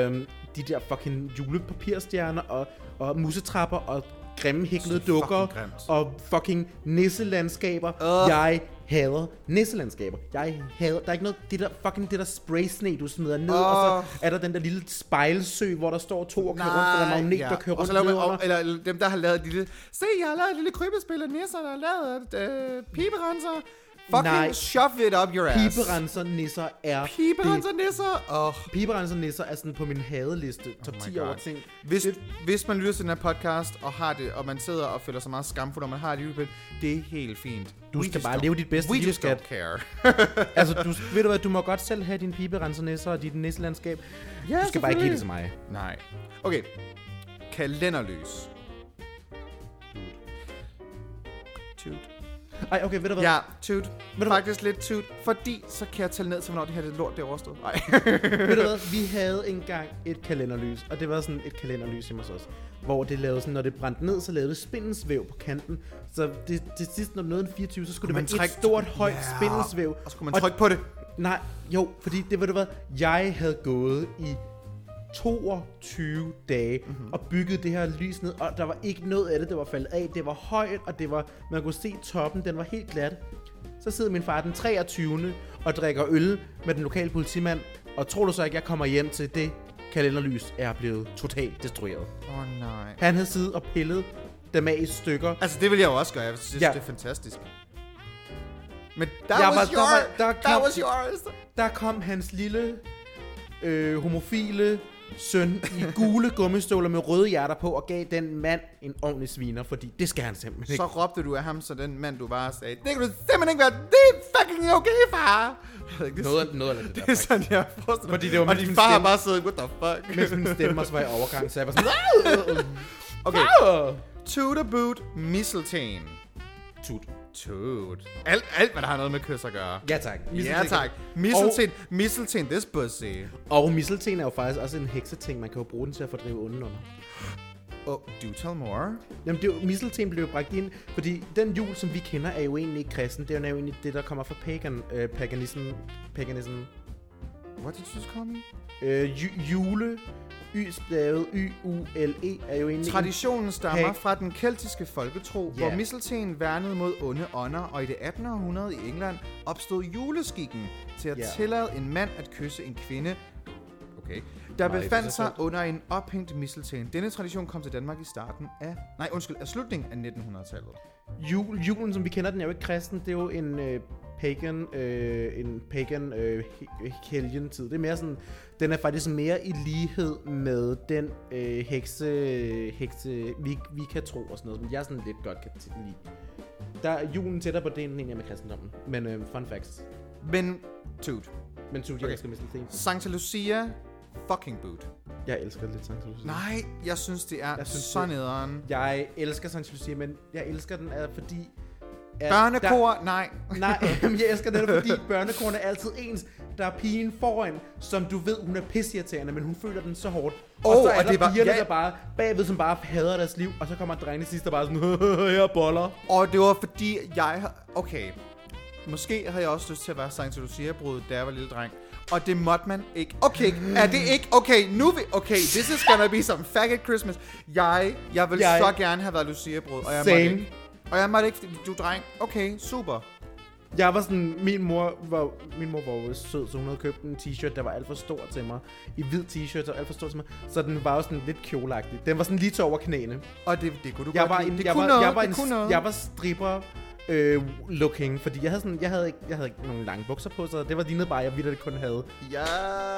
Øhm, de der fucking julepapirstjerner og, og musetrapper og grimme hæklede Så fucking dukker grimt. og fucking nisselandskaber. Ugh. Jeg hader nisselandskaber. Jeg hader... Der er ikke noget... Det der fucking det der spraysne, du smider ned, og Ugh. så er der den der lille spejlsø, hvor der står to og kører rundt, og der er magnet, der kører Og rundt så laver man, nedenunder. og, eller dem, der har lavet et lille... Se, jeg har lavet et lille krybespil af nisser, der har lavet øh, piberenser. Fucking Nej. shove it up your ass. Piberenser nisser er... Piberenser det. nisser. Åh, Piberenser nisser er sådan på min hadeliste. Top Oh my 10 over God. ting. Hvis, Det- hvis man lytter til den her podcast, og har det, og man sidder og føler sig meget skamfuld, og man har et julepynt, det er helt fint. Du We skal just bare don't- leve dit bedste We liv, just skat. don't care. altså, du, ved du hvad, du må godt selv have din piberensernæsser og dit nisselandskab. Ja, du skal bare ikke give det til mig. Nej. Okay. Kalenderlys. Toot. Ej, okay, ved du hvad? Ja, toot. du- Faktisk lidt toot, fordi så kan jeg tælle ned til, hvornår det her det lort det er overstået. Nej. Ved du hvad? Vi havde engang et kalenderlys, og det var sådan et kalenderlys hjemme hos os, hvor det lavede sådan, når det brændte ned, så lavede det spindelsvæv på kanten. Så det, til sidst, når det nåede en 24, så skulle man det være et trække- stort, højt Ja, spindelsvæv. Og så kunne man trykke på det. Nej, jo, fordi det ved du hvad, jeg havde gået i 22 dage mm-hmm. og bygget det her lys ned, og der var ikke noget af det, der var faldet af. Det var højt, og det var, man kunne se toppen, den var helt glat. Så sidder min far den 23. og drikker øl med den lokale politimand, og tror du så ikke, jeg kommer hjem til det kalenderlys er blevet totalt destrueret. Åh oh, nej. Han havde siddet og pillet dem af i stykker. Altså, det vil jeg jo også gøre. Jeg synes, ja. Ja. det er fantastisk. Men that Ja, was men your, der var- der that kom- was yours. Der kom hans lille øh, homofile søn i gule gummistøvler med røde hjerter på og gav den mand en ordentlig sviner, fordi det skal han simpelthen ikke. Så råbte du af ham, så den mand, du var, sagde, det kan du simpelthen ikke være, det er fucking okay, far! Jeg ved ikke, det er sådan- Noget, noget af det Det er der, sådan, jeg forestiller Fordi det var Og med din min far har stemme. bare siddet, what the fuck? Mens min stemme også var i overgang, så jeg var sådan... Okay, "Åh!" to the boot, mistletoe. Tut. Toot. Alt, alt, hvad der har noget med kys at gøre. Ja tak. Ja, tak. Mistletoe, mistletoe, this pussy. Og, og mistelten er jo faktisk også en hekseting. Man kan jo bruge den til at fordrive onden under. Oh, do tell more. Jamen, det, er jo- mistelten blev jo bragt ind, fordi den jul, som vi kender, er jo egentlig ikke kristen. Det er jo egentlig det, der kommer fra pagan, øh, paganism, paganism, What did you just call me? Øh, ju- jule, y stavet Y-U-L-E, er jo egentlig... Traditionen stammer Hey. fra den keltiske folketro, yeah. Ja. hvor mistelten værnede mod onde ånder, og i det 18. århundrede i England opstod juleskikken til at Ja. tillade en mand at kysse en kvinde, okay, der Meget befandt sig interessant. under en ophængt mistelten. Denne tradition kom til Danmark i starten af, nej undskyld, af slutningen af 1900-tallet. Jul, julen, som vi kender den, er jo ikke kristen. Det er jo en øh, pagan, øh, en pagan øh, he- helgentid. Det er mere sådan... Den er faktisk mere i lighed med den øh, hekse, hekse vi, vi kan tro og sådan noget, som jeg sådan lidt godt kan t- lide. Der er julen tættere på det, end jeg med kristendommen. Men øh, fun facts. Men, dude, men Tudy, okay. Okay. jeg elsker Mr. Theme. Santa Lucia fucking boot. Jeg elsker lidt Sankt Lucia. Nej, jeg synes, det er Mm. Jeg synes, så det- nederen. Jeg elsker Sankt Lucia, men jeg elsker den, er, fordi... At Børnekor, nej. Der, nej, jamen, jeg elsker den, fordi børnekorn er altid ens. Der er pigen foran, som du ved, hun er pissirriterende, men hun føler den så hårdt. Og Åh, så er og der det var- pigerne, ja. der bare bagved, som bare hader deres liv. Og så kommer drengene sidst, der bare sådan, jeg boller. Og det var fordi, jeg... har- Okay, måske havde jeg også lyst til at være Santa Lucia-brudet, da jeg var lille dreng. Og det måtte man ikke. Okay, er det ikke? Okay, nu vi... Okay, this is gonna be some faggot Christmas. Jeg, jeg ville Jeg- så gerne have været Lucia-brud, og jeg Same. måtte ikke. Og jeg måtte ikke, fordi du er dreng. Okay, super. Jeg var sådan, min mor var, min mor var jo sød, så hun havde købt en t-shirt, der var alt for stor til mig. I hvid t-shirt, der var alt for stor til mig. Så den var jo sådan lidt kjoleagtig. Den var sådan lige til over knæene. Og det, det kunne du Jeg godt var lide. en, det jeg kunne var, noget, jeg var, det en, kunne noget. jeg var stripper øh, looking, fordi jeg havde, sådan, jeg havde, ikke, jeg havde ikke nogen lange bukser på, så det var lignede bare, at jeg vidderligt kun havde Ja.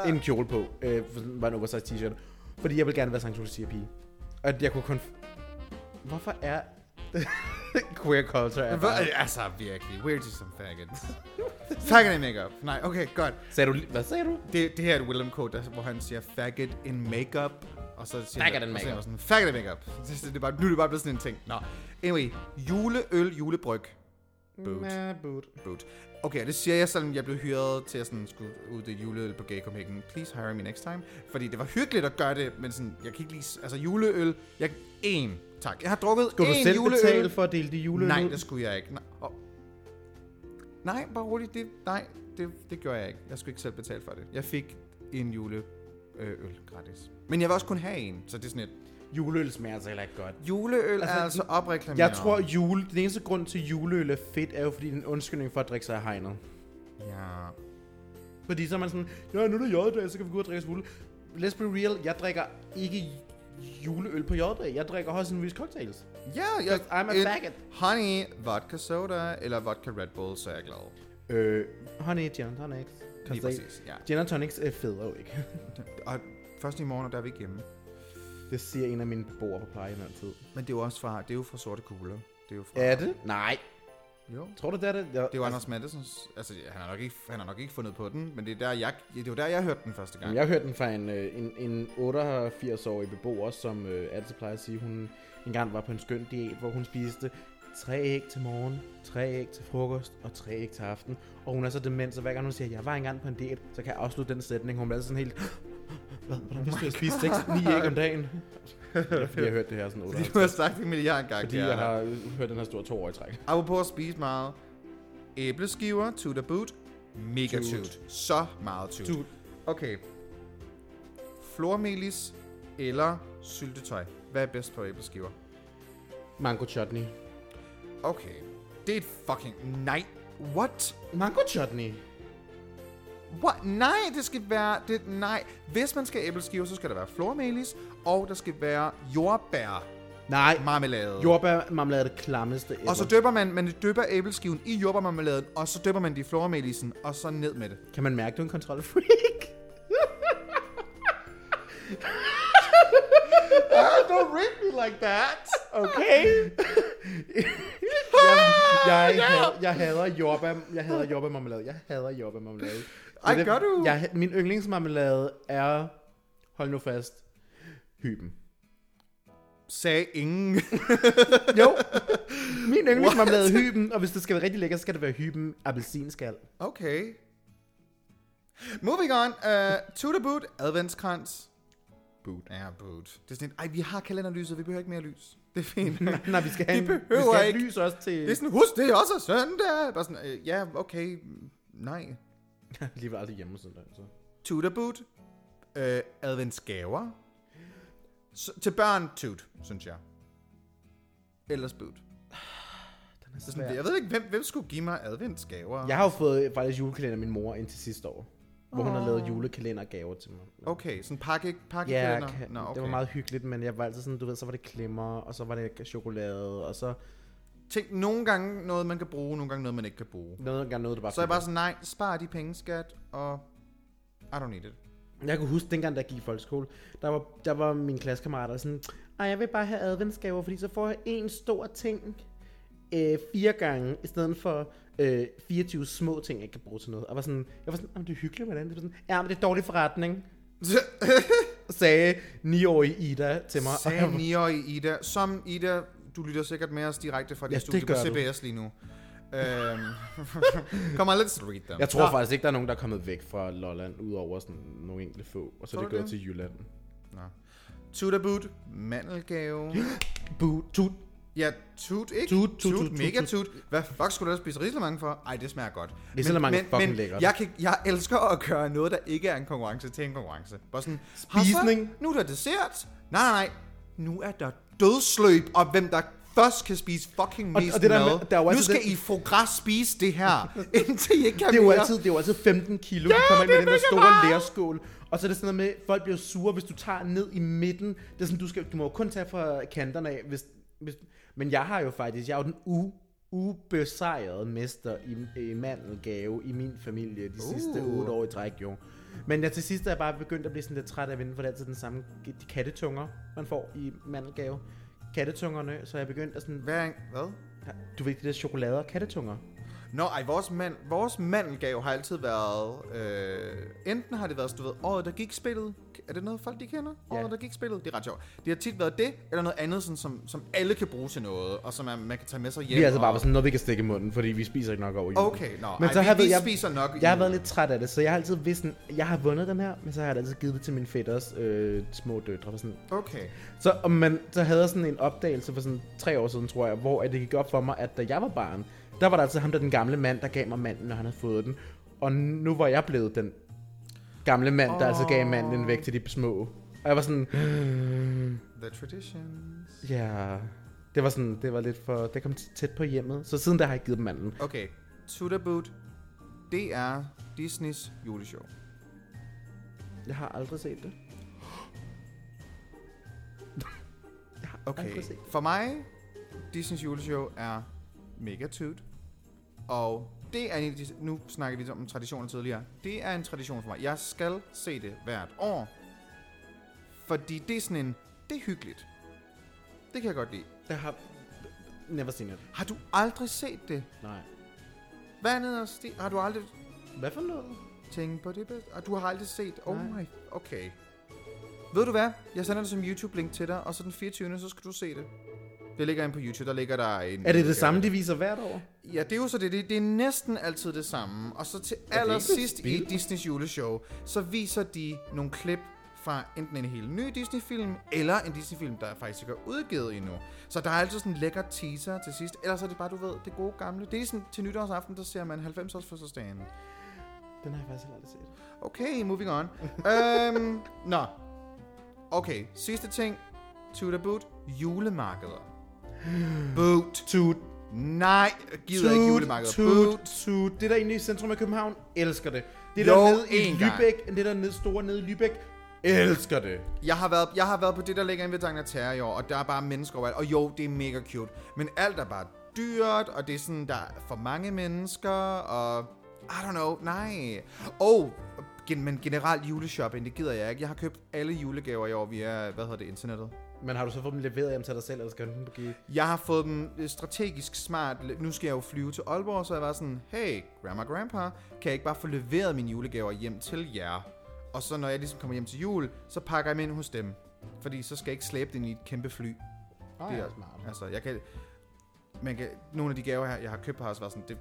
en kjole på. Øh, for sådan var en oversized t-shirt. Fordi jeg ville gerne være Sankt Lucia pige. Og jeg kunne kun... Hvorfor er... queer culture er Hva, bare... altså, virkelig. We're just some faggots. Faggot in makeup. Nej, okay, godt. Sagde du, li- hvad sagde du? Det, det her er et Willem quote, der, hvor han siger faggot in makeup. Og så siger Faggot han, in og så er makeup. han Sådan, faggot in makeup. Det, det er bare, nu er det bare blevet sådan en ting. Nå. Anyway, juleøl, julebryg. Boot. Næh, boot. Boot. Okay, og det siger jeg, selvom jeg blev hyret til at sådan skulle ud det juleøl på Gay Copenhagen. Please hire me next time. Fordi det var hyggeligt at gøre det, men sådan, jeg kan ikke lige... Altså, juleøl, jeg... En. Tak. Jeg har drukket Skulle du en selv juleøl. betale for at dele de juleøl Nej, ud? det skulle jeg ikke. Nej, og... nej bare roligt. Det, nej, det, det gjorde jeg ikke. Jeg skulle ikke selv betale for det. Jeg fik en juleøl øl gratis. Men jeg vil også kun have en, så det er sådan et... Juleøl smager altså heller ikke godt. Juleøl altså, er altså opreklameret. Jeg tror, jule, den eneste grund til juleøl er fedt, er jo fordi det er en undskyldning for at drikke sig af hegnet. Ja. Fordi så er man sådan, ja, nu er det j-dag, så kan vi gå ud og drikke os fulde. Let's be real, jeg drikker ikke j- juleøl på j-dag. Jeg drikker højst sandsynligvis cocktails. Ja, jeg... I'm a en faggot. Honey, vodka soda eller vodka Red Bull, så er jeg glad. Øh, honey, gin and tonics. Lige præcis, ja. Gin and tonics er fed jo ikke. Og først i morgen, og der er vi ikke hjemme. det siger en af mine boer på plejen altid. Men det er jo også fra... Det er jo fra Sorte Kugler. Det er jo fra... Er det? Nej. Jo. Tror du, det er det? Jeg, Det var Anders Mattesens... Altså, han har, nok ikke, han har nok ikke fundet på den, men det er der, jeg, det var der, jeg hørte den første gang. Jamen, Jeg hørte den fra en, øh, en, en 88-årig beboer, som øh, altid plejer at sige, hun engang var på en skøn diæt, hvor hun spiste tre æg til morgen, tre æg til frokost og tre æg til aften. Og hun er så dement, så hver gang hun siger, jeg var engang på en diæt, så kan jeg afslutte den sætning. Hun bliver altid sådan helt, hvad, hvordan skal jeg spise 6-9 æg om dagen? Det er, fordi jeg har hørt det her sådan 8 Fordi du har sagt det en milliard gange. fordi jeg har øh, hørt den her store to år i træk. Apropos at spise meget. Æbleskiver, to the boot. Mega Toot. toot. Så meget toot. Toot. Okay. Flormelis eller syltetøj. Hvad er bedst på æbleskiver? Mango chutney. Okay. Det er et fucking... Nej. What? Mango chutney? What? Nej, det skal være... Det, nej. Hvis man skal æbleskiver, så skal der være flormelis, og der skal være jordbær Nej, marmelade. jordbærmarmelade er det klammeste ever. Og så døber man, man døber æbleskiven i jordbærmarmeladen, og så døber man det i flormelisen, og så ned med det. Kan man mærke, du er en kontrolfreak? Ah, Don't rip me like that! Okay. jeg, Ah, jeg, hader, jeg hader jordbær, jeg hader jordbærmarmelade. Jeg hader jordbærmarmelade. Det er Ej, det- gør du? Jeg, min yndlingsmarmelade er, hold nu fast, hyben. Sagde ingen. Jo, min yndlingsmarmelade er hyben, og hvis det skal være rigtig lækkert, så skal det være hyben appelsinskal. Okay. Moving on. Uh, to the boot, adventskrans. Boot. Ja, boot. Det er sådan, et, ej, vi har kalenderlyset, vi behøver ikke mere lys. Det er fint. Nej, vi skal have, en, Vi vi behøver skal have ikke. lys også til... det er sådan, husk, det er også er søndag. Bare sådan, øh, ja, okay, nej. Lige var aldrig hjemme sådan der, så. To the boot. Øh, adventsgaver. S- til børn, toot, synes jeg. Ellers boot. Den er Det er sådan, jeg ved ikke, hvem, hvem skulle give mig adventsgaver? Jeg har jo fået øh, faktisk julekalender af min mor indtil sidste år. Hvor hun har lavet julekalendergaver til mig. Okay, sådan pakke, pakke Ja, Oh, kalender. kan, Nå, okay. det var meget hyggeligt, men jeg var altid sådan, du ved, så var det klemmer, og så var det chokolade, og så Tænk, nogle gange noget, man kan bruge, nogle gange noget, man ikke kan bruge. noget gange noget, der bare... Så er jeg bare sådan, nej, spar de penge, skat, og I don't need it. Jeg kunne huske, dengang, da jeg gik i folkeskole, der var, der var mine klassekammerater der sådan, ej, jeg vil bare have adventsgaver, fordi så får jeg en stor ting øh, fire gange, i stedet for øh, 24 små ting, jeg kan bruge til noget. Og var sådan, jeg var sådan, "Jamen, det er hyggeligt, hvordan? Det var sådan, ja, men det er dårlig forretning, sagde 9-årige Ida til mig. Og jeg Sagde var- Nier i Ida, som Ida, du lytter sikkert med os direkte fra dit Ja, ja, det studie på gør du. CBS lige nu. Øhm, come on, let's read them. Jeg tror faktisk ikke, der er nogen, der er kommet væk fra Lolland, udover sådan nogle enkelte få. Og så er Tror det du gået det? til Jylland. Tuda Boot, mandelgave. Bu, tut. Ja, tut, ikke? Tut, tut, tut, tut, mega tut. tut. Hvad fuck skulle du ellers spise rislemange for? Ej, det smager godt. Risalemang er fucking lækkert. Jeg, kan, jeg elsker at gøre noget, der ikke er en konkurrence, til en konkurrence. Bare sådan, Spisning. "Har så- Nu er der dessert. Nej, nej, nej. Nu er der dødsløb, og hvem der først kan spise fucking Og- mest og det der mad. med- der er jo nu altid skal den- I få græs spise det her, indtil I ikke kan Det er jo mere. altid, det er jo altid 15 kilo, ja, du kommer ind med den der store lærskål. Og så er det sådan noget med, folk bliver sure, hvis du tager ned i midten. Det er sådan, du, skal, du må jo kun tage fra kanterne af. Hvis, hvis, men jeg har jo faktisk, jeg er jo den u, ubesejrede mester i, i mandelgave i min familie de sidste Uh. 8 år i træk, jo. Men jeg til sidst er jeg bare begyndt at blive sådan lidt træt af at vinde, for det er altid den samme de kattetunger, man får i mandelgave. Kattetungerne, så er jeg begyndt at sådan, Hvad? er en- Hvad? du ved, de der chokolader og kattetunger. Nå, ej, vores, mand, vores mandelgave har altid været... Øh, enten har det været, du ved, året der gik spillet. Er det noget, folk de kender? Ja. Året der gik spillet. Det er ret sjovt. Det har tit været det, eller noget andet, sådan, som, som alle kan bruge til noget, og som er, man kan tage med sig hjem. Vi er altså bare og, sådan noget, vi kan stikke i munden, fordi vi spiser ikke nok over julen. Okay, nå. Ej, vi- vi spiser nok i Jeg har julen. været lidt træt af det, så jeg har altid vidst, sådan, jeg har vundet den her, men så har jeg altid givet det til mine fætters øh, små døtre. Og sådan. Okay. Så, og man, så havde jeg sådan en opdagelse for sådan tre år siden, tror jeg, hvor at det gik op for mig, at da jeg var barn, der var der altså ham, der den gamle mand, der gav mig manden, når han havde fået den. Og nu var jeg blevet den gamle mand, der altså gav manden væk til de små. Og jeg var sådan, The traditions. ja... Det var sådan, det var lidt for, det kom tæt på hjemmet. Så siden der har jeg givet dem manden. Okay. Tuda Boot. Det er Disneys juleshow. Jeg har aldrig set det. Jeg har Okay. aldrig set det. For mig, Disneys juleshow er mega tut. Og det er en, af de- nu snakker vi lidt om traditioner tidligere. Det er en tradition for mig. Jeg skal se det hvert år. Fordi det er sådan en, det er hyggeligt. Det kan jeg godt lide. Jeg har never seen it. Har du aldrig set det? Nej. Hvad andet er sti- Har du aldrig Hvad for noget? tænkt på det bedste? Og du har aldrig set? Oh Nej. my, okay. Ved du hvad? Jeg sender det som YouTube-link til dig, og så den 24. så skal du se det. Det ligger inde på YouTube, der ligger der en... Er det det samme, de viser hvert år? Ja, det er jo så det. Det, det er næsten altid det samme. Og så til allersidst i spil. Disneys juleshow, så viser de nogle klip fra enten en helt ny Disney-film, eller en Disney-film, der faktisk ikke er udgivet endnu. Så der er altid sådan en lækker teaser til sidst. Ellers er det bare, du ved, det gode gamle. Det er sådan, til nytårsaften, der ser man 90-års fødselsdagen. Den har jeg faktisk heller aldrig set. Okay, moving on. øhm, nå. Okay, sidste ting. To the boot. Julemarkeder. Boot. Toot. Nej, jeg gider ikke julemarkeder. Toot, Boot. toot. Det der inde i centrum af København, elsker det. Det Jo, der nede i en gang. Lübeck, det der nede store nede i Lübeck, elsker det. Jeg har, været, jeg har været på det, der ligger inde ved Dagna Terror i år, og der er bare mennesker overalt. Og jo, det er mega cute. Men alt er bare dyrt, og det er sådan, der er for mange mennesker, og... I don't know, nej. Og, gen, men generelt juleshopping, det gider jeg ikke. Jeg har købt alle julegaver i år via, hvad hedder det, internettet. Men har du så fået dem leveret hjem til dig selv, eller skal du dem give? Jeg har fået dem øh, strategisk smart. Nu skal jeg jo flyve til Aalborg, så jeg var sådan, hey, grandma og grandpa, kan jeg ikke bare få leveret mine julegaver hjem til jer? Og så når jeg ligesom kommer hjem til jul, så pakker jeg dem ind hos dem. Fordi så skal jeg ikke slæbe den i et kæmpe fly. Oh, Det er Altså, jeg kan, man kan, nogle af de gaver her, jeg har købt, har også været sådan, det,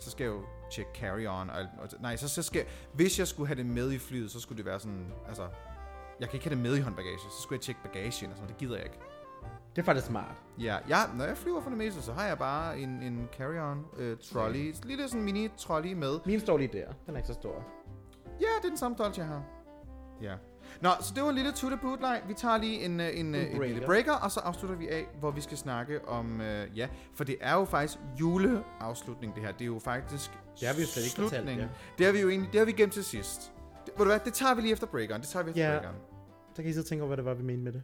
så skal jeg jo tjekke carry-on. Og, alt- og, nej, så, så skal, hvis jeg skulle have det med i flyet, så skulle det være sådan, altså, jeg kan ikke have det med i håndbagage, så skulle jeg tjekke bagagen og sådan, det gider jeg ikke. Det er faktisk smart. Ja, jeg, når jeg flyver for det meste, så har jeg bare en, en carry-on øh, trolley. Mm. Lille sådan en mini-trolley med. Min står lige der. Den er ikke så stor. Ja, det er den samme dolce, jeg har. Ja. Nå, så det var en lille tutte bootleg. Vi tager lige en, øh, en, en, en lille breaker. breaker, og så afslutter vi af, hvor vi skal snakke om... Øh, ja, for det er jo faktisk juleafslutning, det her. Det er jo faktisk Det har vi jo slet ikke fortalt, slutningen. ja. Det har vi jo egentlig... Det har vi gemt til sidst. Det, ved du hvad, det tager vi lige efter breakeren. Det tager vi efter Ja. breakeren. Så kan I sidde og tænke over, hvad det var, vi mente med det.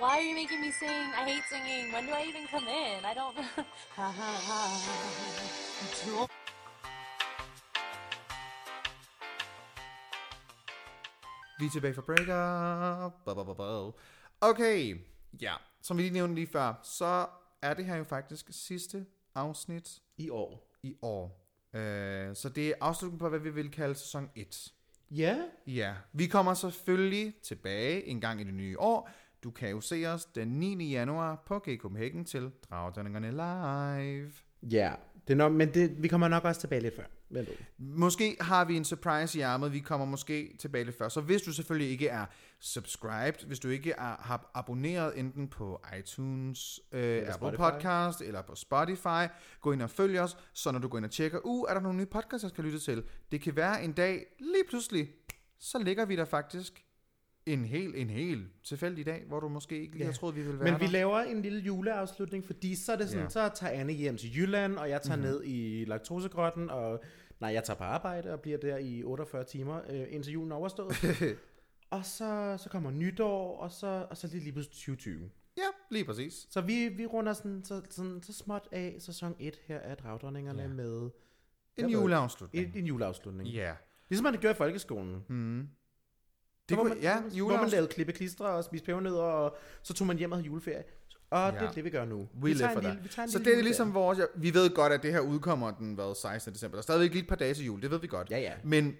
Why are you making me sing? I hate singing. When do I even come in? I don't. Ha, ha, ha. Vi er tilbage fra breakup. Ba, ba, ba, ba. Okay, ja. Som vi lige nævnte lige før, så er det her jo faktisk sidste afsnit I år. i år. Øh, så det er afslutningen på, hvad vi vil kalde sæson 1. Ja. Ja, vi kommer selvfølgelig tilbage en gang i det nye år. Du kan jo se os den 9. januar på G Copenhagen til Dragdønningerne Live. Ja, det er nok, men det, vi kommer nok også tilbage lidt før. Men, Måske har vi en surprise i armet. Vi kommer måske tilbage lidt før. Så hvis du selvfølgelig ikke er subscribed, hvis du ikke er, har abonneret enten på iTunes, øh, Apple Spotify. Podcast eller på Spotify, gå ind og følg os, så når du går ind og tjekker, uh, er der nogle nye podcasts, jeg skal lytte til? Det kan være en dag, lige pludselig, så ligger vi der faktisk en hel, en hel tilfældig dag, hvor du måske ikke lige Ja. har troet, vi ville være men vi der. laver en lille juleafslutning, fordi så er det sådan, Ja. Mhm. ja. så tager Anne hjem til Jylland, og jeg tager mm-hmm. ned i laktosegrotten, og nej, jeg tager på arbejde og bliver der i 48 timer, øh, indtil julen er overstået. og så, så kommer nytår, og så, og så lige, lige pludselig 2020. Ja, lige præcis. Så vi, vi runder sådan, så, sådan, så småt af sæson 1 her af Dragdronningerne ja. med En Jeg ved- juleafslutning. en, en juleafslutning. Ja. Yeah. Ligesom man det gjorde i folkeskolen. Mm. Det Det kunne- var man, ja, ja, hvor man juleafs- lavede klippeklistre og spiste pebernødder, og så tog man hjem og havde juleferie. Og Ja. ja. det er det, vi gør nu. We vi live tager for en lille, that. vi tager en Så lille det er juleferie. ligesom vores... ja, Vi ved godt, at det her udkommer den hvad, 16. december. Der er stadigvæk lige et par dage til jul, det ved vi godt. Ja, ja. Men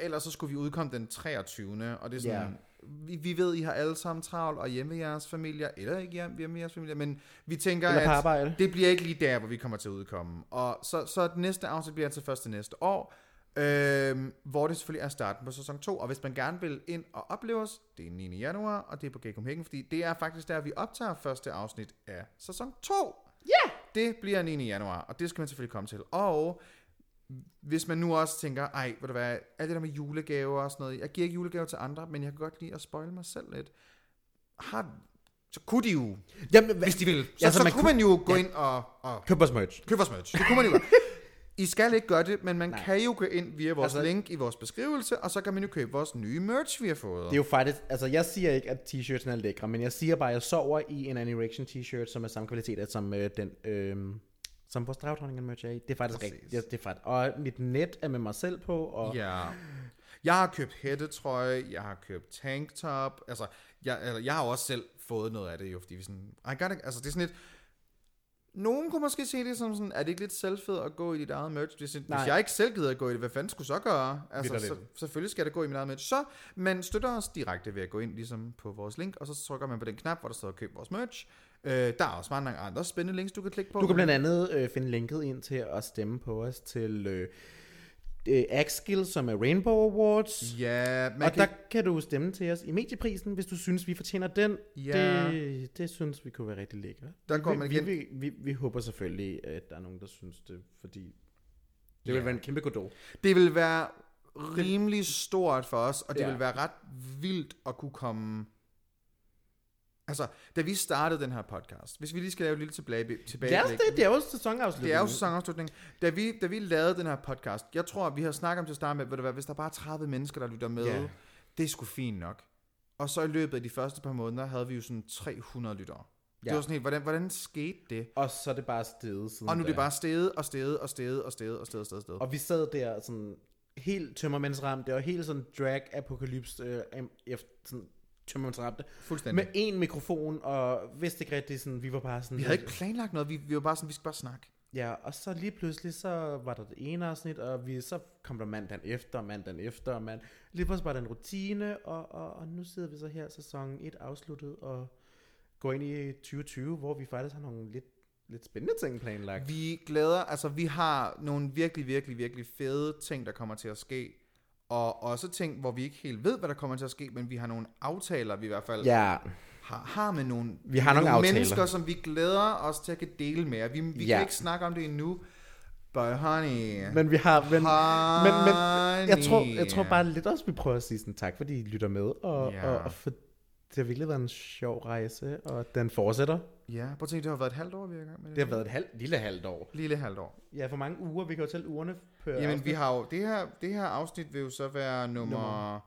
ellers så skulle vi udkomme den 23. Og det er sådan... Ja. Vi, vi ved, I har alle sammen travlt og hjemme i jeres familier, eller ikke hjem- hjemme i jeres familier, men vi tænker, Eller på at arbejde. det bliver ikke lige der, hvor vi kommer til at udkomme. Og så, så det næste afsnit bliver altså først til næste år, øhm, hvor det selvfølgelig er starten på sæson 2. Og hvis man gerne vil ind og opleve os, det er 9. januar, og det er på Gekum Hækken, fordi det er faktisk der, vi optager første afsnit af sæson 2. Det bliver 9. januar, og det skal man selvfølgelig komme til. Og hvis man nu også tænker, ej, ved du hvad, alt det der med julegaver og sådan noget, jeg giver ikke julegaver til andre, men jeg kan godt lide at spoil mig selv lidt. Har, så kunne de jo, Jamen, hvad? hvis de vil. Så, ja, Ja, så, så så man man kunne man jo gå ja. ind og, og Køb os merch. købe vores merch. Det kunne man jo godt. I skal ikke gøre det, men man Nej. kan jo gå ind via vores altså, Altså- link i vores beskrivelse, og så kan man jo købe vores nye merch, vi har fået. Det er jo faktisk, altså jeg siger ikke, at t-shirtsen er lækre, men jeg siger bare, at jeg sover i en Anirection t-shirt, som er samme kvalitet af, som øh, den, øh, som vores dragdronningen merch er i. Det er faktisk Præcis. rigtigt. Ja, det er faktisk. Og mit net er med mig selv på, og ja. Ja. Jeg har købt hættetrøje, jeg har købt tanktop, altså jeg, altså, jeg har jo også selv fået noget af det jo, fordi vi sådan, I got it. altså det er sådan lidt, nogen kunne måske se det som sådan, er det ikke lidt selvfed at gå i dit eget merch? Det er sådan, hvis Nej. jeg ikke selv gider at gå i det, hvad fanden skulle så gøre? Altså, Vitterligt. så, selvfølgelig skal det gå i mit eget merch. Så man støtter os direkte ved at gå ind ligesom på vores link, og så trykker man på den knap, hvor der står køb vores merch. Øh, der er også mange andre spændende links, du kan klikke på. du kan blandt andet øh, finde linket ind til at stemme på os til øh, øh, Axkill, som er Rainbow Awards. Ja, man og kan der kan du stemme til os i medieprisen, hvis du synes, vi fortjener den. Ja. Det, det synes vi kunne være rigtig lækkert. Der går vi, man vi, igen- vi, vi, vi håber selvfølgelig, at der er nogen, der synes det, fordi det Ja. ja. vil være en kæmpe goddag. Det vil være rimelig stort for os, og det ja. Ja. vil være ret vildt at kunne komme... Altså, da vi startede den her podcast, hvis vi lige skal lave et lille tilbage, tilbage Det er, også det, det er jo sæsonafslutningen. det er jo sæsonafslutning. Da vi, da vi lavede den her podcast, jeg tror, vi har snakket om til at starte med, ved du hvad, hvis der bare er 30 mennesker, der lytter med, Ja. det er sgu fint nok. Og så i løbet af de første par måneder, havde vi jo sådan 300 lyttere. Ja. Ja. Det var sådan helt, hvordan, hvordan skete det? Og så er det bare stedet siden Og nu er det da. bare steget og steget og steget og steget og steget og steget. Og steget. Og vi sad der sådan helt tømmermændsramt. Det var helt sådan drag apokalypse øh, am- efter sådan tømmermændsramte. Fuldstændig. Med en mikrofon, og vidste ikke rigtigt, sådan, vi var bare sådan... Vi havde ikke planlagt noget, vi, vi var bare sådan, vi skal bare snakke. Ja, og så lige pludselig, så var der det ene afsnit, og vi, så kom der mandagen efter, mandagen efter, og mand... Lige pludselig var der en rutine, og, og, og nu sidder vi så her, sæson 1 afsluttet, og går ind i 2020, hvor vi faktisk har nogle lidt, lidt spændende ting planlagt. Vi glæder, altså vi har nogle virkelig, virkelig, virkelig fede ting, der kommer til at ske. Og også ting, hvor vi ikke helt ved, hvad der kommer til at ske, men vi har nogle aftaler, vi i hvert fald Ja, har, har med nogle, Vi har med nogle aftaler. mennesker, som vi glæder os til at kan dele med. Vi, vi Ja. kan ikke snakke om det endnu. But honey, men vi har... Men, men, men jeg, tror, jeg tror Honey. bare lidt også, vi prøver at sige sådan tak, fordi I lytter med, og, Ja. og, og for, det har virkelig været en sjov rejse, og den fortsætter. Ja, prøv at tænke, det har været et halvt år, vi er i gang med det. Det har været et halv, lille halvt år. Lille halvt år. Ja, for mange uger, vi kan jo tælle ugerne på Jamen, vi har jo, det her, det her afsnit vil jo så være nummer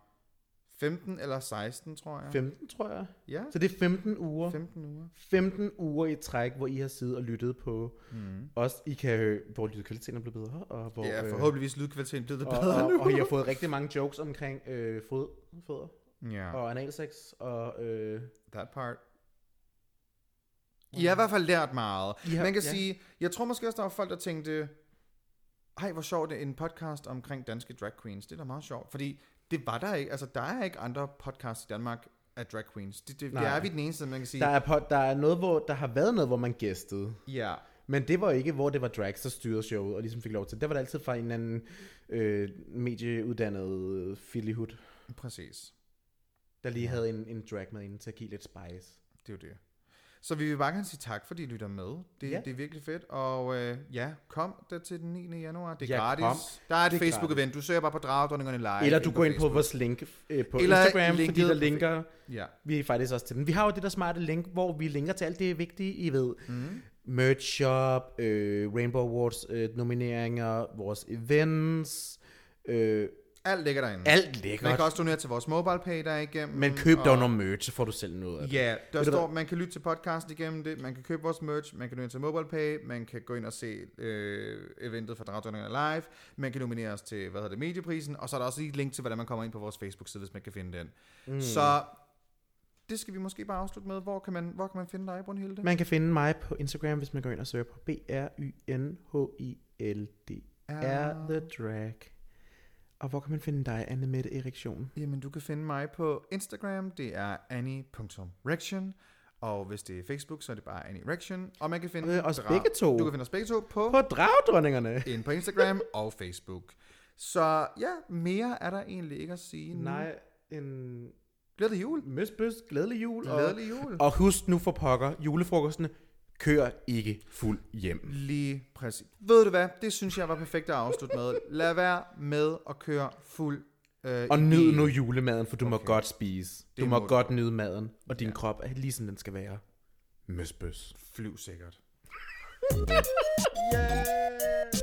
15 eller 16, tror jeg. 15, tror jeg. Ja, Så det er 15 uger. 15 uger. 15 uger i træk, hvor I har siddet og lyttet på mm. os. I kan høre, hvor lydkvaliteten er blevet bedre. Og hvor, Ja, øh, forhåbentlig lydkvaliteten bliver lidt og, bedre og, nu. og, I har fået rigtig mange jokes omkring øh, fod, fødder. Ja. og analsex, og øh, That part. I har i hvert fald lært meget. I har- Man kan ja. sige, jeg tror måske også, der var folk, der tænkte, ej, hvor sjovt, det er en podcast omkring danske drag queens. Det er da meget sjovt, fordi det var der ikke. Altså, der er ikke andre podcasts i Danmark af drag queens. Det, det, det Nej. er vi den eneste, man kan sige. der, er på, der er noget, hvor der har været noget, hvor man gæstede. Ja. Men det var ikke, hvor det var drags, der styrede showet og ligesom fik lov til. Der var det altid fra en eller anden øh, medieuddannet fillihut, Præcis. der lige havde en, en drag med inden til at give lidt spice. Det er jo det. Så vi vil bare gerne sige tak, fordi I lytter med. Det, ja. Ja. det er virkelig fedt. Og øh, ja, kom der til den 9. januar. Det er ja, Ja, gratis. Kom. kom. Der er et Det er Facebook-event. Du søger bare på Dragdronningerne Live. Eller du går ind på Facebook. vores link øh, på Eller Eller Instagram, fordi linket der på linker Ja. vi er faktisk også til den. Vi har jo det der smarte link, hvor vi linker til alt det vigtige, I ved. Mm. Mhm. Merch shop, øh, Rainbow Awards øh, nomineringer, vores events, øh, Alt ligger derinde. alt Man lækkert. kan også donere til vores mobile pay der igennem. Men køb dog noget merch, så får du selv noget af det. Ja, der Ved du står, man kan lytte til podcast igennem det, man kan købe vores merch, man kan donere til MobilePay, man kan gå ind og se øh, eventet fra Dragdronningerne Live, man kan nominere os til, hvad hedder det, Medieprisen, og så er der også lige et link til, hvordan man kommer ind på vores Facebook-side, hvis man kan finde den. Mm. Så det skal vi måske bare afslutte med. Hvor kan man, hvor kan man finde dig, Brunhilde? Man kan finde mig på Instagram, hvis man går ind og søger på b r y n h i l d Ja. r the drag. Og hvor kan man finde dig, Anne Mette Erektion? Jamen, du kan finde mig på Instagram, det er annie.rection, og hvis det er Facebook, så er det bare Annie Rection, og man kan finde Øh, os Drag- begge to. Du kan finde os begge to på På dragdronningerne! ind på Instagram og Facebook. Så ja, mere er der egentlig ikke at sige. nu. Nej, en Glædelig jul. møsbøs, glædelig jul. og- Glædelig jul. Og husk nu for pokker, julefrokostene, kør ikke fuld hjem. Lige præcis. Ved du hvad? Det synes jeg var perfekt at afslutte med. Lad være med at køre fuld. Øh, Og i nyd bil. nu julemaden, for du okay. må Okay. godt spise. Du Det må må du. godt nyde maden, og din ja. krop er lige som den skal være. Møsbøs. Flyv sikkert. Yeah.